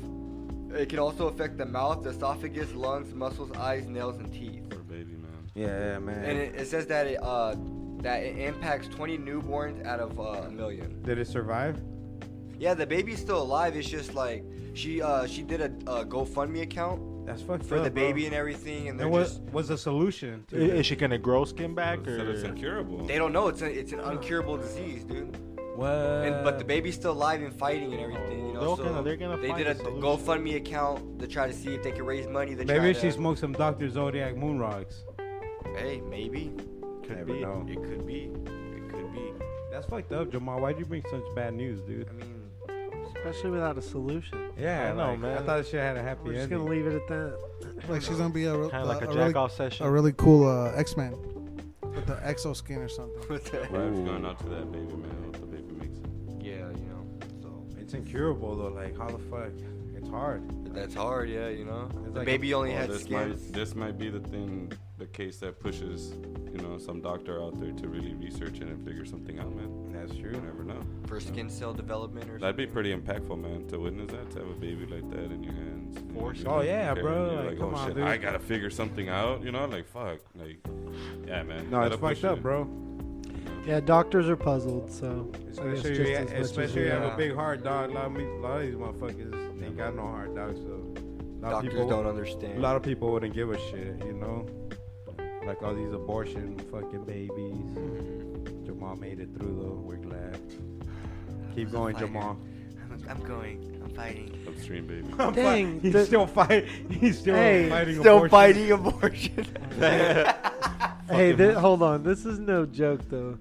S13: It can also affect the mouth, the esophagus, lungs, muscles, eyes, nails, and teeth.
S3: baby man.
S2: Yeah, man.
S13: And it, it says that it uh that it impacts 20 newborns out of uh, a million.
S2: Did it survive?
S13: Yeah, the baby's still alive. It's just like she uh she did a, a GoFundMe account.
S2: That's fucked
S13: for
S2: up,
S13: the
S2: bro.
S13: baby and everything, and they're
S2: And what
S13: just
S2: was the solution?
S10: I- Is she gonna grow skin back or?
S13: They don't know. It's a, it's an incurable disease, dude.
S2: What?
S13: And, but the baby's still alive and fighting and everything. You know,
S10: They're
S13: so
S10: gonna- they're gonna
S13: they
S10: find
S13: did a
S10: a solution.
S13: GoFundMe account to try to see if they could raise money. To try
S2: Maybe she
S13: to,
S2: smoked some Dr. Zodiac moon rocks.
S13: Hey, maybe. Could
S2: Never
S13: be.
S2: know.
S13: It could be. It could be.
S2: That's fucked up, Jamal. Why'd you bring such bad news, dude? I
S13: mean, *laughs*
S14: Especially without a solution.
S2: yeah, I know,
S14: Like,
S2: man. I thought this shit had a happy
S14: We're just
S2: ending.
S14: gonna leave it at that.
S11: Like she's gonna be a real-
S10: Kinda like a
S11: really,
S10: jack-off session.
S11: A really cool uh, X Man with the exo skin or something.
S3: Vibes going out to that baby man. Hope the baby makes it.
S13: Yeah, you know. So
S2: It's incurable though. Like how the fuck? It's hard.
S13: That's hard. Yeah, you know.
S2: It's
S13: the
S2: like-
S13: baby only
S3: Well,
S13: had
S3: Oh, this
S13: skin.
S3: Might, this might be the thing, the case that pushes, you know, some doctor out there to really research it and figure something out, man.
S2: That's true.
S3: You never know.
S13: For skin cell development or
S3: That'd be pretty impactful, man, to witness that, to have a baby like that in your hands. you know,
S2: Force-
S3: you
S2: Oh,
S3: don't
S2: yeah,
S3: care,
S2: bro,
S3: and you're
S2: like, come
S3: oh
S2: on,
S3: shit,
S2: dude.
S3: I gotta figure something out, you know? Like, fuck, like, yeah, man.
S2: No,
S3: Gotta
S2: it's fucked
S3: push
S2: up,
S3: it.
S2: bro.
S14: Yeah, doctors are puzzled, so. I guess
S2: Especially,
S14: just
S2: if
S14: as
S2: you-
S14: much as
S2: especially
S14: we
S2: if you have
S14: are.
S2: a big heart, dog. A lot of, me, a lot of these motherfuckers ain't got no heart, dog. So a lot
S13: Doctors
S2: of people
S13: don't understand.
S2: A lot of people wouldn't give a shit, you know. Like all these abortion
S13: Mm-hmm.
S2: fucking babies. Jamal made it through though. We're
S13: *sighs*
S2: glad. Keep going,
S13: fighter.
S2: Jamal.
S13: I'm, *laughs* I'm going. I'm fighting.
S3: Upstream, baby.
S2: *laughs* I'm fi-
S14: Dang,
S2: he's
S14: the-
S2: still fighting. He's still
S14: Hey,
S2: fighting.
S14: still
S2: abortion.
S13: *laughs*
S14: fighting
S2: *laughs*
S14: abortion. hey, thi- hold on. This is no joke, though.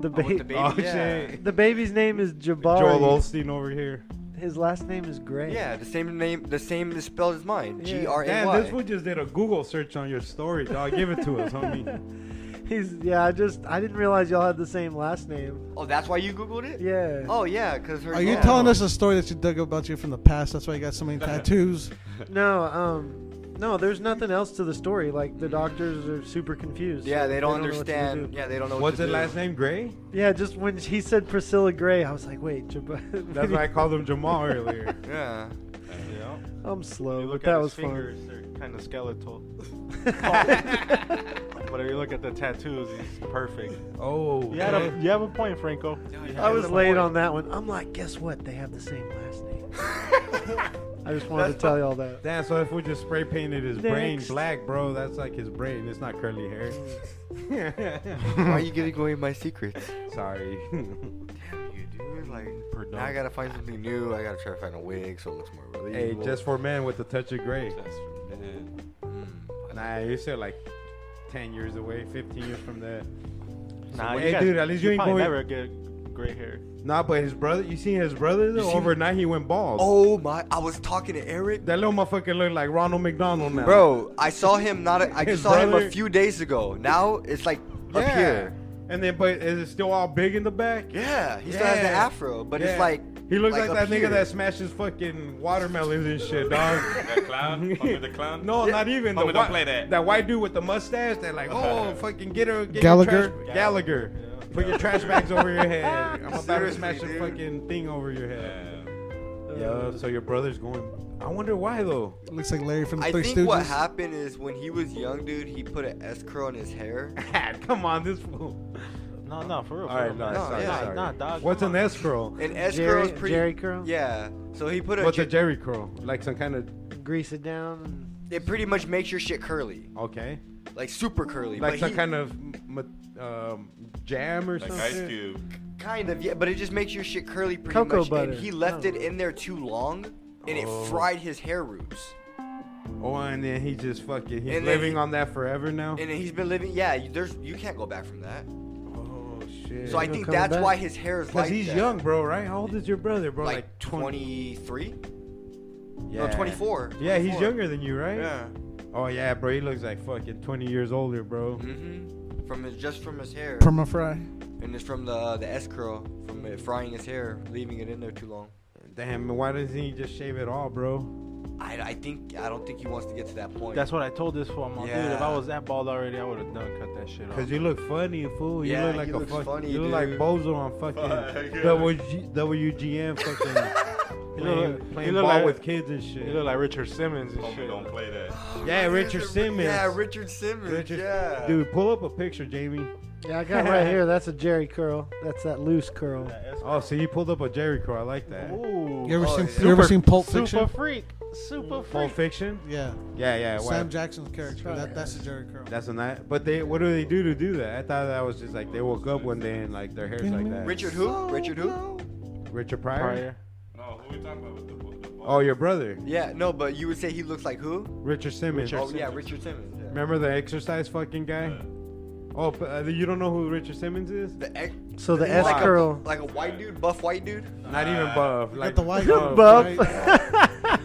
S14: The,
S2: Oh, with
S14: baby,
S2: the baby? Oh, Yeah. shit.
S14: the baby's name is Jabari.
S2: Joel Olstein over here.
S14: His last name is Gray.
S13: Yeah, the same name, the same is spelled as mine. G R A
S2: Damn,
S13: Y.
S2: this fool just did a Google search on your story, dog. Give it to us, homie.
S14: He's yeah. I just I didn't realize y'all had the same last name.
S13: *laughs* Oh, that's why you googled it.
S14: Yeah.
S13: Oh yeah, cause her.
S11: Are you
S13: yeah.
S11: telling us a story that you dug about you from the past? That's why you got so many tattoos.
S14: No, um, no. There's nothing else to the story. Like the doctors are super
S13: *laughs*
S14: confused.
S13: Yeah,
S14: so
S13: they don't
S14: know what to
S13: understand.
S14: do.
S13: yeah, they don't know.
S2: What's
S13: what
S2: his
S13: to
S2: last
S13: do.
S2: name? Gray.
S14: Yeah, just when he said Priscilla Gray, I was like, wait, Jab- *laughs*
S2: That's why I called him Jamal
S13: *laughs*
S2: earlier.
S13: Yeah.
S10: *laughs* Yeah.
S14: I'm slow,
S10: You
S14: but
S10: look
S14: that
S10: at
S14: was
S10: his
S14: fun.
S10: fingers; they're kind of skeletal. but if you look at the tattoos, he's perfect.
S2: Oh,
S10: you, had a, you have a point, Franco.
S14: I was late on that one. I'm like, guess what? They have the same last name. I just wanted to tell y'all that.
S2: Damn, so if we just spray painted his brain
S14: Next.
S2: black, bro, that's like his brain. It's not curly hair.
S13: *laughs* Why are you giving away my secrets?
S2: Sorry. *laughs*
S13: Damn you, dude! Like now I gotta find something new. I gotta try to find a wig so it looks more
S2: hey,
S13: believable.
S2: just for men with a touch of gray. Hmm.
S13: Mm.
S2: Nah, you're still like 10 years away, 15 years from that.
S10: Nah,
S2: hey,
S10: you
S2: dude, at least you, ain't
S10: probably
S2: going.
S10: never get gray hair.
S2: Nah, but his brother, you seen his brother? though?
S13: seen-
S2: Overnight, he went bald.
S13: Oh my! I was talking to Eric.
S2: That little motherfucker looked like Ronald McDonald now.
S13: Bro, I saw him not. A, I
S2: His
S13: saw him
S2: brother-
S13: a few days ago. Now it's like up
S2: Yeah.
S13: here.
S2: And then, but is it still all big in the back?
S13: Yeah, he still has the afro, but it's like-
S2: he looks
S13: like
S2: like,
S13: up
S2: that nigga
S13: here.
S2: that smashes fucking watermelons and shit, dog.
S3: That clown? Homie the clown?
S2: *laughs* No, not even.
S3: Homie,
S2: the
S3: don't
S2: whi-
S3: play that. *laughs*
S2: white dude with the mustache that like, oh, fucking get her. Get your
S11: Gallagher?
S2: trash- Gallagher. Put your trash bags over your *laughs* head. I'm about to
S13: Seriously,
S2: smash the
S13: dude.
S2: fucking thing over your head. Yeah. so your brother's going. I wonder why though.
S11: Looks like Larry from the
S13: I
S11: Three
S13: think
S11: Stooges.
S13: what happened is when he was young, dude, he put an S curl in his hair.
S2: *laughs* Come on, this fool.
S10: No, no, for real.
S2: All right, no, sorry,
S13: yeah.
S2: sorry.
S10: Nah, dog,
S2: What's
S10: come
S2: an S curl?
S13: An S
S14: Jerry-
S13: curl is pretty.
S14: Jerry curl?
S13: Yeah. So he put a.
S2: What's
S13: jer-
S2: a Jerry curl? Like some kind of
S14: Grease it down.
S13: It pretty much makes your shit curly,
S2: okay,
S13: like super curly.
S2: like
S13: but
S2: some
S13: he-
S2: kind of m- m- um, jam or
S3: Like
S2: something.
S3: Ice Cube.
S13: Kind of, yeah, but it just makes your shit curly pretty
S2: Cocoa
S13: much.
S2: butter.
S13: And he left it in there too long, and
S2: Oh.
S13: it fried his hair roots.
S2: Oh, and then he just fucking he's
S13: And then
S2: living
S13: he-
S2: on that forever now.
S13: And then he's been living. Yeah, you, there's you can't go back from that.
S2: Oh shit.
S13: So I think that's why his hair is like
S2: Cause he's
S13: that.
S2: young, bro. Right? How old is your brother, bro? Like,
S13: Like 23? No, 24.
S2: Yeah, he's
S13: 24.
S2: younger than you, right?
S13: Yeah.
S2: Oh yeah, bro. He looks like fucking twenty years older, bro.
S13: Mm-hmm. From his, just from his hair.
S11: Perma fry.
S13: And it's from the the S curl from it frying his hair, leaving it in there too long.
S2: Damn, why doesn't he just shave it all, bro?
S13: I, I think I don't think he wants to get to that point.
S2: That's what I told this for. I'm like, dude, if I
S13: Yeah.
S2: was that bald already, I would have done cut that shit off.
S13: Cause you
S2: look funny, fool.
S13: You
S2: You
S13: Yeah,
S2: look
S13: look
S2: like
S13: like he a
S2: a
S13: looks
S2: fucking.
S13: fuck- funny,
S2: you
S13: you
S2: look
S13: look
S2: like
S13: like dude.
S2: Bozo on
S13: fucking
S2: fucking
S13: Fuck. *laughs*
S2: WGM fucking.
S13: You look
S2: Playing,
S13: like-
S2: playing
S13: you
S2: ball
S13: look like-
S2: with kids and shit.
S13: you look
S2: like Richard Simmons and
S3: Homie, don't play that.
S2: Yeah, Richard Simmons.
S13: Yeah, Richard Simmons.
S2: Richard-
S13: yeah.
S2: Dude, pull up a picture, Jamie.
S14: Yeah, I got right here. That's a Jerry curl. That's that loose curl.
S2: Oh, so you pulled up a Jerry Crow. I like that.
S14: Ooh.
S11: You ever
S14: Oh,
S11: seen?
S14: yeah.
S11: You ever
S14: Super-
S11: seen Pulp
S14: Super
S11: Fiction?
S14: Freak. Super
S2: Pulp Fiction?
S11: Yeah.
S2: Yeah, yeah.
S11: Sam
S2: wow.
S11: Jackson's character. That, that's a Jerry Curl.
S2: That's a night. But they, what do they do to do that? I thought that was just like they woke up one day and like their hair's like that.
S13: Richard who? Richard who?
S2: Richard Pryor.
S13: Pryor.
S3: No, who we talking about with the book?
S2: Oh, your brother,
S13: Yeah, no, but you would say he looks like who?
S2: Richard Simmons.
S13: oh yeah, Richard Simmons. Yeah.
S2: Remember the exercise fucking guy? Oh, but, uh, you don't know who Richard Simmons is?
S13: The ex-
S14: So the
S13: He's
S14: S
S13: like a-
S14: curl.
S13: like a white dude, buff white dude.
S2: Not even buff. Like
S11: the white
S2: *laughs* buff.
S14: Buff.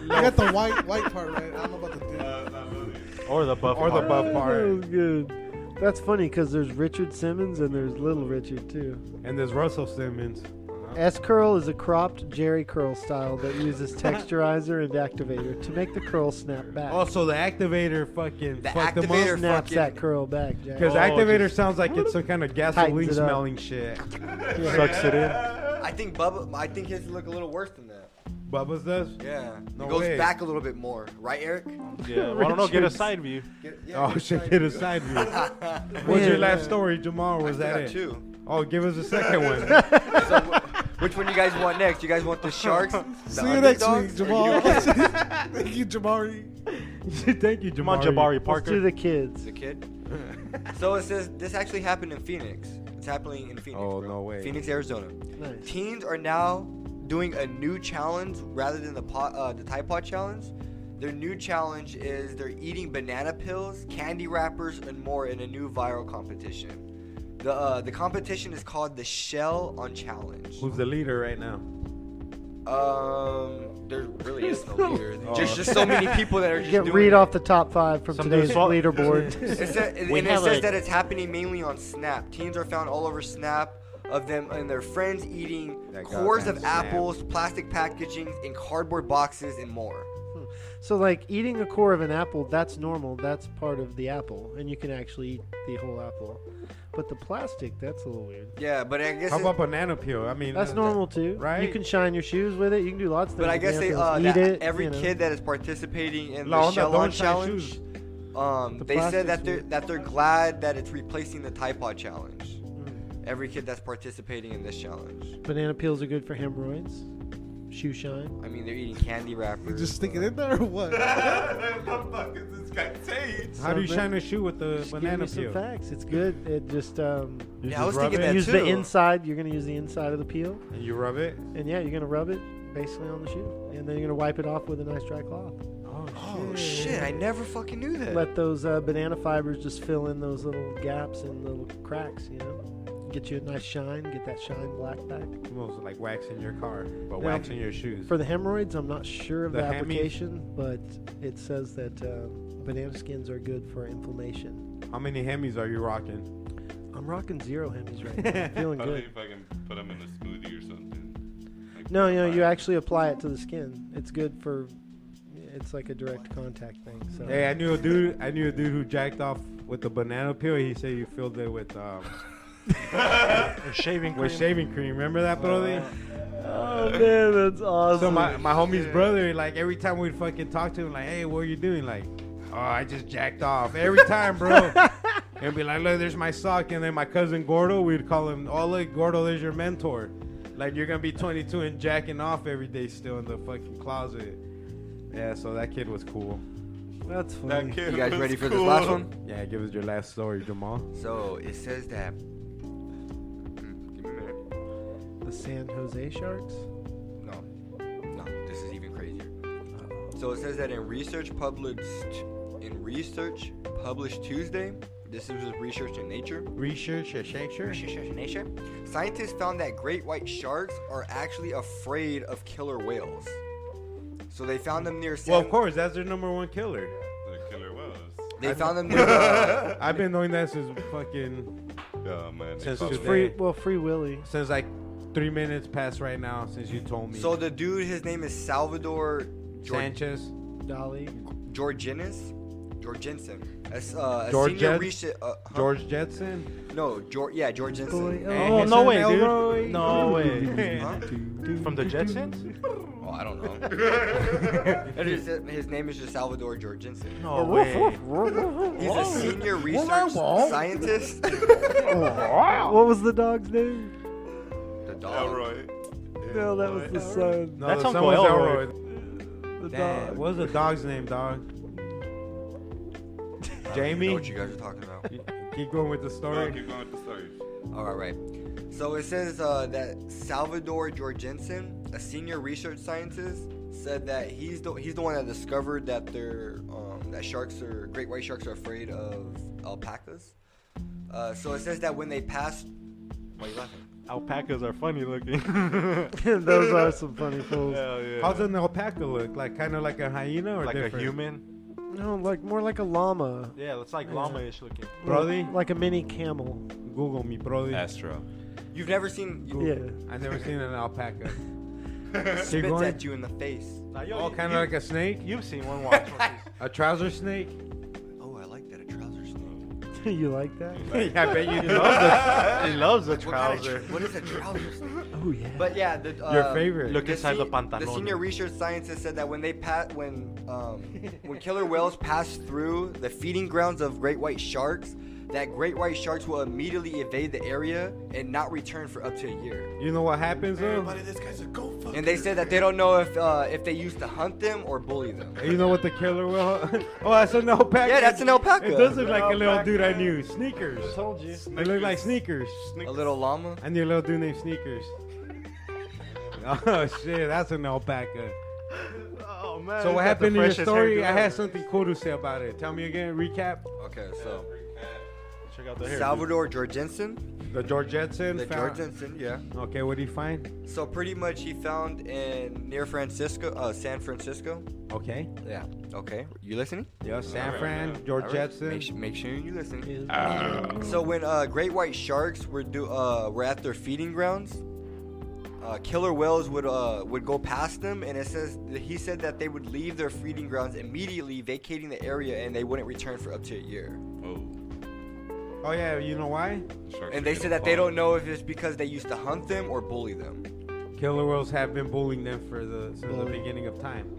S11: You got the white white part right. I don't know about the dude.
S2: Or the buff. Or the buff
S14: That
S2: part.
S14: was *laughs* good. That's funny because there's Richard Simmons and there's Little Richard too.
S2: And there's Russell Simmons.
S10: Uh-huh.
S14: S curl is a cropped Jerry curl style that
S10: *laughs*
S14: uses texturizer and activator to make the curl snap back.
S2: Also, Oh, the activator fucking fucked them
S14: activator
S2: up.
S14: snaps that curl back, Jack.
S2: Because
S14: Oh,
S2: activator
S14: just-
S2: sounds like it's some kind of
S14: Tightens
S2: gasoline
S14: it up.
S2: smelling
S14: *laughs*
S2: shit.
S14: Yeah.
S2: Sucks it in.
S13: I think Bubba. I think his look a little worse than that.
S2: Bubba's does.
S13: Yeah, He
S2: No
S13: goes
S2: way.
S13: back a little bit more, right, Eric?
S2: *laughs* Yeah, well, I don't know, get a Richards. side
S13: view.
S2: oh *laughs* shit! Get a side
S13: *laughs*
S2: view. What's your
S13: Man,
S2: last
S13: yeah.
S2: story, Jamal? or
S13: I still
S2: Was that
S13: got
S2: it?
S13: two.
S2: Oh, give us a
S13: *laughs*
S2: second one. *laughs*
S13: so, wh- which one you guys want next? You guys want the
S11: *laughs*
S13: Sharks? The
S11: See you next
S13: underdogs,
S11: week,
S13: or you
S11: Jamal.
S13: guys-
S11: *laughs* Thank you, Jamari.
S2: Thank you,
S13: Come on,
S2: Jamari.
S13: Jabari
S14: Let's do the kids.
S13: The kid. so it says this actually happened in Phoenix. It's happening in Phoenix.
S2: Oh,
S13: bro.
S2: no way.
S13: Phoenix, Arizona.
S14: Nice.
S13: Teens are now doing a new challenge rather than the pot, uh, the Tide Pod challenge. Their new challenge is they're eating banana pills, candy wrappers, and more in a new viral competition. The uh, the competition is called the Shell on Challenge.
S2: Who's the leader right now?
S13: Um, there really is no
S14: *laughs*
S13: leader.
S2: Oh.
S13: There's just so many people that are just
S14: Get
S13: doing
S14: read
S13: it.
S14: off the top five from
S13: *laughs*
S14: today's *laughs* leaderboard.
S13: It said- and
S14: We
S13: it
S14: have
S13: says
S14: a-
S13: that it's happening mainly on Snap. Teens are found all over Snap of them and their friends eating
S2: That
S13: cores of
S2: goddamn Snap.
S13: apples, plastic packaging, and cardboard boxes and more.
S14: So like eating a core of an apple, that's normal. That's part of the apple, and you can actually eat the whole apple. But the plastic, that's a little weird.
S13: Yeah, but I guess.
S2: How
S13: it-
S2: about banana peel? I mean,
S14: That's
S2: uh,
S14: normal too,
S2: right?
S14: You can shine your shoes with it. You can do lots of things.
S13: but I
S14: with
S13: guess they
S14: bananas.
S13: uh,
S14: eat
S13: that
S14: it,
S13: every
S14: you know.
S13: kid that is participating in
S2: No, no,
S13: the Shell
S2: don't
S13: On
S2: shine
S13: Challenge,
S2: shoes.
S13: um,
S2: The
S13: they said
S2: plastic's
S13: that they're
S2: weird.
S13: that they're glad that it's replacing the Tide Pod Challenge.
S14: Hmm.
S13: Every kid that's participating in this challenge.
S14: Banana peels are good for hemorrhoids. Shoe shine.
S13: I mean, they're eating candy wrappers.
S11: Just stick it in there or what?
S2: How do you
S14: Something.
S2: shine a shoe with the
S14: Just give
S2: banana
S14: me some
S2: peel?
S14: facts. It's good. It just um.
S2: You Yeah, I just was rub thinking it? that
S14: Use the
S2: too.
S14: inside. You're gonna use the inside of the peel,
S2: And you rub it.
S14: and yeah, you're gonna rub it basically on the shoe, and then you're gonna wipe it off with a nice dry cloth.
S13: Oh shit! I never fucking knew that.
S14: Let those uh, banana fibers just fill in those little gaps and little cracks. You know, get you a nice shine. Get that shine black back.
S2: Almost like wax in your car, but
S14: Now,
S2: wax in your shoes.
S14: For the hemorrhoids, I'm not sure of
S2: The
S14: the,
S2: hammies?
S14: application, but it says that um, banana skins are good for inflammation.
S2: How many hemis are you rocking?
S14: I'm rocking zero hemis right now.
S2: *laughs*
S14: I'm feeling
S3: I don't know
S14: good.
S3: if I can put them in a smoothie or something. Like,
S14: No, you know, you actually apply it to the skin. It's good for. It's like a direct contact thing. So
S2: Hey, I knew a dude. I knew a dude who jacked off with the banana peel. He said you filled it
S13: *laughs*
S2: with um,
S10: shaving
S2: with
S10: cream.
S2: shaving cream. Remember that, brother?
S14: Oh man, that's awesome.
S2: So my, my homie's brother, like every time we'd fucking talk to him, like, hey, what are you doing? Like, oh, I just jacked off every time,
S13: *laughs*
S2: bro. and be like, look, there's my sock, and then my cousin Gordo, we'd call him, oh look, Gordo, there's your mentor. Like you're gonna be 22 and jacking off every day still in the fucking closet. Yeah, so that kid was cool.
S14: That's
S13: That
S14: funny.
S13: kid Mm. You guys was ready for this last cool. one?
S2: Yeah, give us your last story, Jamal.
S13: So it says that. Mm, Give me a minute.
S14: The San Jose Sharks.
S13: No, no, this is even crazier. So it says that in research published in research published Tuesday. This is with research in Nature.
S2: Research, a shaker.
S13: Research in Nature. Scientists found that great white sharks are actually afraid of killer whales. So they found them near. San
S2: Well, of course, that's their number one
S3: *laughs*
S2: killer.
S3: The killer was.
S13: They
S2: I've-
S13: found them near. uh,
S2: *laughs* I've been knowing that since fucking.
S3: Oh, man, they
S2: Since
S3: call
S2: it's
S3: it
S2: free.
S14: Well, Free Willy.
S2: Since like three minutes past right now, since you told me.
S13: so the dude, his name is Salvador Jor-
S2: Sanchez.
S14: Dolly.
S13: Georginis, Georgensen. As, uh, a
S2: George
S13: senior
S2: Jets-
S13: research, uh, huh?
S2: George Jetson.
S13: No, George. Yeah, George Jensen.
S2: Oh, no way, dude. Elroy. No
S12: *laughs*
S2: way.
S13: Huh?
S12: From the Jetsons?
S13: Oh, I don't
S2: *laughs*
S13: know. *laughs* his, his name is just Salvador George Jensen.
S12: No
S14: Oh,
S12: way.
S13: He's a senior research scientist.
S14: *laughs* what was the dog's name?
S13: The dog.
S14: No, that was the son.
S2: No,
S14: That's
S2: the son
S14: Uncle
S2: was
S14: Elroy.
S2: Elroy.
S14: The
S2: Damn,
S14: dog.
S2: What was the dog's name, dog? Jamie.
S13: know what you guys are talking about.
S2: Keep going with the story.
S3: No, keep going with the story.
S13: All right. So it says uh, that Salvador Jorgensen, a senior research scientist, said that he's the he's the one that discovered that they're um, that sharks are great white sharks are afraid of alpacas. Uh, so it says that when they pass, why are you laughing?
S12: Alpacas are funny looking.
S14: *laughs* Those are some funny fools.
S12: Hell yeah.
S2: How's an alpaca look? Like kind of like a hyena or
S12: Like a
S2: different?
S12: human?
S14: No, like more like a llama.
S12: Yeah, looks like
S14: Yeah.
S12: llama-ish looking.
S2: Brody?
S14: Like a mini camel.
S2: Google me, Brody.
S3: Astro.
S13: You've never seen
S2: I never seen an alpaca. Keep
S13: *laughs* spits
S2: going.
S13: at you in the face.
S2: Oh, kind of like a snake.
S12: You've seen one
S2: *laughs*
S12: once.
S2: A trouser snake.
S13: Oh, I like that a trouser snake.
S14: *laughs* you like that?
S2: yeah, I bet
S12: He
S2: you do.
S12: *laughs* loves a- he loves a
S13: *laughs* What kind of
S12: trouser.
S13: tr- what is a trouser snake?
S14: Oh yeah.
S13: But yeah, the, uh,
S2: Your favorite.
S12: Look inside the
S13: The
S12: pantalon.
S13: senior research scientist said that when they pat when um, when killer whales pass through the feeding grounds of great white sharks, that great white sharks will immediately evade the area and not return for up to a year.
S2: You know what happens though?
S13: And they said that they don't know if uh, if they used to hunt them or bully them.
S2: You know what the killer will? *laughs* oh, that's an alpaca.
S13: Yeah, that's an alpaca.
S2: It does look like a little dude I knew. Sneakers.
S14: Told you.
S2: They look like sneakers.
S13: A little llama.
S2: I knew a little dude named Sneakers. *laughs* oh shit, that's an alpaca.
S12: Oh man.
S2: so
S12: he's
S2: what
S12: got
S2: happened
S12: the
S2: in your
S12: freshest
S2: story?
S12: hairdo
S2: I
S12: ever.
S2: had something cool to say about it. Tell me again. Recap.
S13: Okay, so
S12: Check out the hair.
S13: Salvador Jorgensen,
S2: The George Jetson.
S13: the
S2: found-
S13: Jorgensen, yeah.
S2: Okay, what did he find?
S13: So pretty much he found in near Francisco, uh, San Francisco.
S2: Okay.
S13: Yeah. Okay. You listening?
S2: Yo, San Fran, George
S13: All right.
S2: Jetson.
S13: Make, su- make sure you listen. So when uh, great white sharks were do uh, were at their feeding grounds, uh, killer whales would uh, would go past them, and it says he said that they would leave their feeding grounds immediately, vacating the area, and they wouldn't return for up to a year.
S3: Oh.
S2: Oh yeah, you know why?
S13: And they said that they don't know if it's because they used to hunt them or bully them.
S2: Killer whales have been bullying them for the since the
S14: Bully.
S2: beginning of time.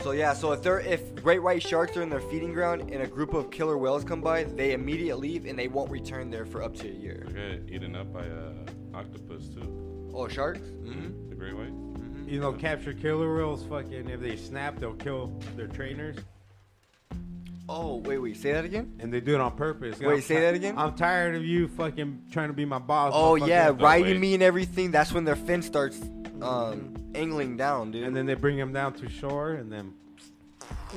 S13: So yeah, so if they're if great white sharks are in their feeding ground and a group of killer whales come by, they immediately leave and they won't return there for up to a year.
S3: They're getting eaten up by uh, octopus too.
S13: Oh, sharks? Mm-hmm.
S3: The great white.
S2: You know, capture killer whales. Fucking, if they snap, they'll kill their trainers,
S13: Oh, wait, wait, say that again?
S2: and they do it on purpose.
S13: Wait,
S2: I'm
S13: say
S2: ti-
S13: that again?
S2: I'm tired of you fucking trying to be my boss.
S13: Oh
S2: motherfucker.
S13: yeah, riding me and everything. That's when their fin starts um, angling down, dude.
S2: And then they bring him down to shore, and then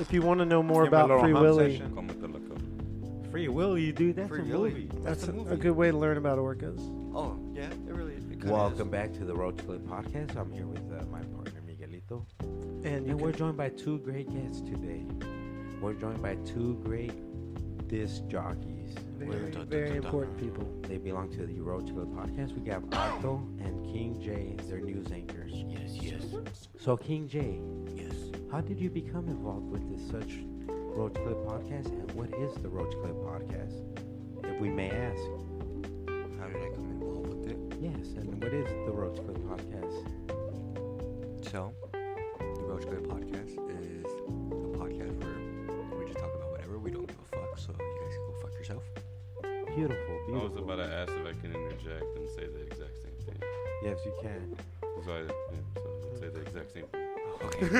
S14: If you want to know more
S2: Give me a
S14: about
S2: little
S14: Free
S2: hump
S14: Willy,
S2: session.
S3: Come with the loco.
S2: Free Willy, dude. That's
S13: Free
S2: a
S13: Willy.
S2: movie.
S14: that's a, a good way to learn about orcas.
S13: oh yeah, it really. It kinda
S2: Welcome back to the Road to Clip podcast. I'm here with uh, my partner Miguelito,
S14: And
S2: and
S14: you
S2: we're
S14: can-
S2: joined by two great guests today. We're joined by two great disc jockeys.
S14: very, very important people.
S2: They belong to the Road to the podcast. We got Otto and King J, their news anchors. Yes, yes. So, King J, yes. How did you become involved with this such Road to Clip podcast, and what is the Road to Clip podcast, if we may ask?
S13: is. How did I come involved with it?
S2: Yes, and what is the Road to Clip podcast?
S13: So, the Roach Good Podcast is a podcast where we just talk about whatever. We don't give a fuck. So you guys go fuck yourself.
S2: Beautiful,
S3: I was about
S2: beautiful.
S3: to ask if I can interject and say the exact same thing.
S2: Yes, you can.
S3: So I, yeah, so I'd say the exact same thing.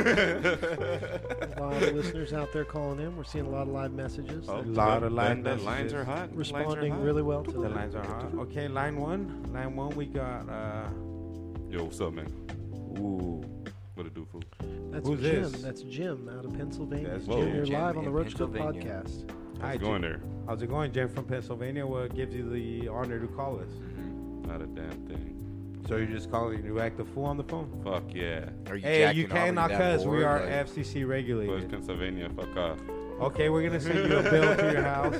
S2: Oh,
S14: A lot of listeners out there calling in. We're seeing a lot of live messages.
S3: Oh,
S2: A
S14: They're
S2: lot of live
S3: Then the lines
S2: messages.
S3: are hot. The lines are
S14: responding
S3: hot.
S14: really well to
S2: The
S14: that.
S2: lines are hot. Okay, line one. Line one, we got. uh
S3: *laughs* Yo, what's up, man?
S2: Ooh.
S3: What a do, fool.
S14: That's
S2: Who's
S14: Jim.
S2: this?
S14: That's Jim out of Pennsylvania.
S2: That's
S14: Jim,
S3: Jim.
S14: you're
S13: Jim
S14: live on the
S13: in
S14: Roach Clip
S13: Pennsylvania.
S14: podcast.
S2: Hi,
S3: How's it going
S2: Jim.
S3: there?
S2: How's it going, Jim from Pennsylvania? What gives you the honor to call us?
S3: Mm-hmm. Not a damn thing.
S2: So you're just calling you act a fool on the phone?
S3: Fuck yeah.
S13: Are
S2: Hey, you cannot cuss. We are
S13: F.
S2: FCC
S3: Where's
S2: regulated.
S3: Pennsylvania? Fuck off.
S2: Okay, we're gonna send you a bill to your *laughs* house.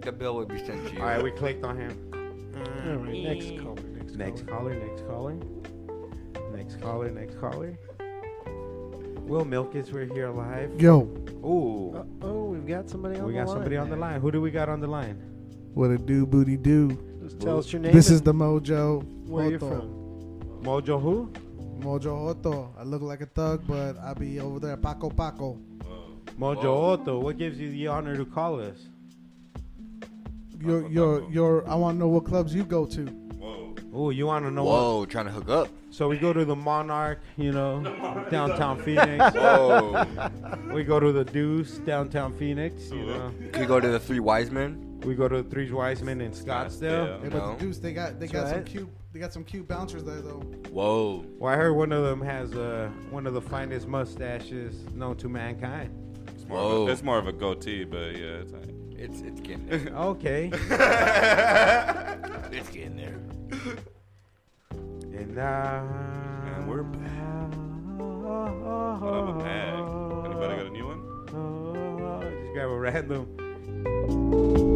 S13: The bill would be sent to you.
S2: All right, we clicked on him.
S14: All right, next caller. Next,
S2: Mm. Next
S14: caller.
S2: caller. Next caller. Next caller. Next caller. Will Milkis, we're here live.
S11: Yo.
S2: Ooh.
S14: Oh, we've got somebody on
S2: we
S14: the
S2: got
S14: line.
S2: somebody on the line. Who do we got on the line?
S11: What a do booty do.
S14: Just tell us your name
S11: This
S14: and
S11: is the Mojo.
S14: where you're
S11: Joto.
S2: Mojo who?
S11: Mojo Joto. I look like a thug, but I be over there at Paco Paco.
S2: Mojo Otto. What gives you the honor to call us?
S11: Your your your. I want to know what clubs you go to.
S2: Ooh, you want to know?
S11: Whoa,
S2: trying to hook up. So we go to the Monarch, you know, downtown Phoenix.
S13: Whoa.
S2: we go to the Deuce, downtown Phoenix. You know.
S13: Can we go to the Three Wise
S3: *laughs*
S13: Men?
S2: We go to the Three Wise Men in Scottsdale.
S11: Hey, but the Deuce, they got they
S13: That's
S11: got some
S13: right.
S11: cute they got some cute bouncers there though.
S13: Whoa.
S2: Well, I heard one of them has uh, one of the finest mustaches known to mankind.
S3: It's more, of a, it's more of a goatee, but yeah, it's like,
S13: it's it's
S3: *laughs*
S13: getting
S14: *laughs*
S2: Okay.
S13: it's getting there. *laughs*
S2: And uh,
S3: and we're back.
S14: Oh,
S3: But I'm a bag. Anybody got a new one?
S2: just grab a random.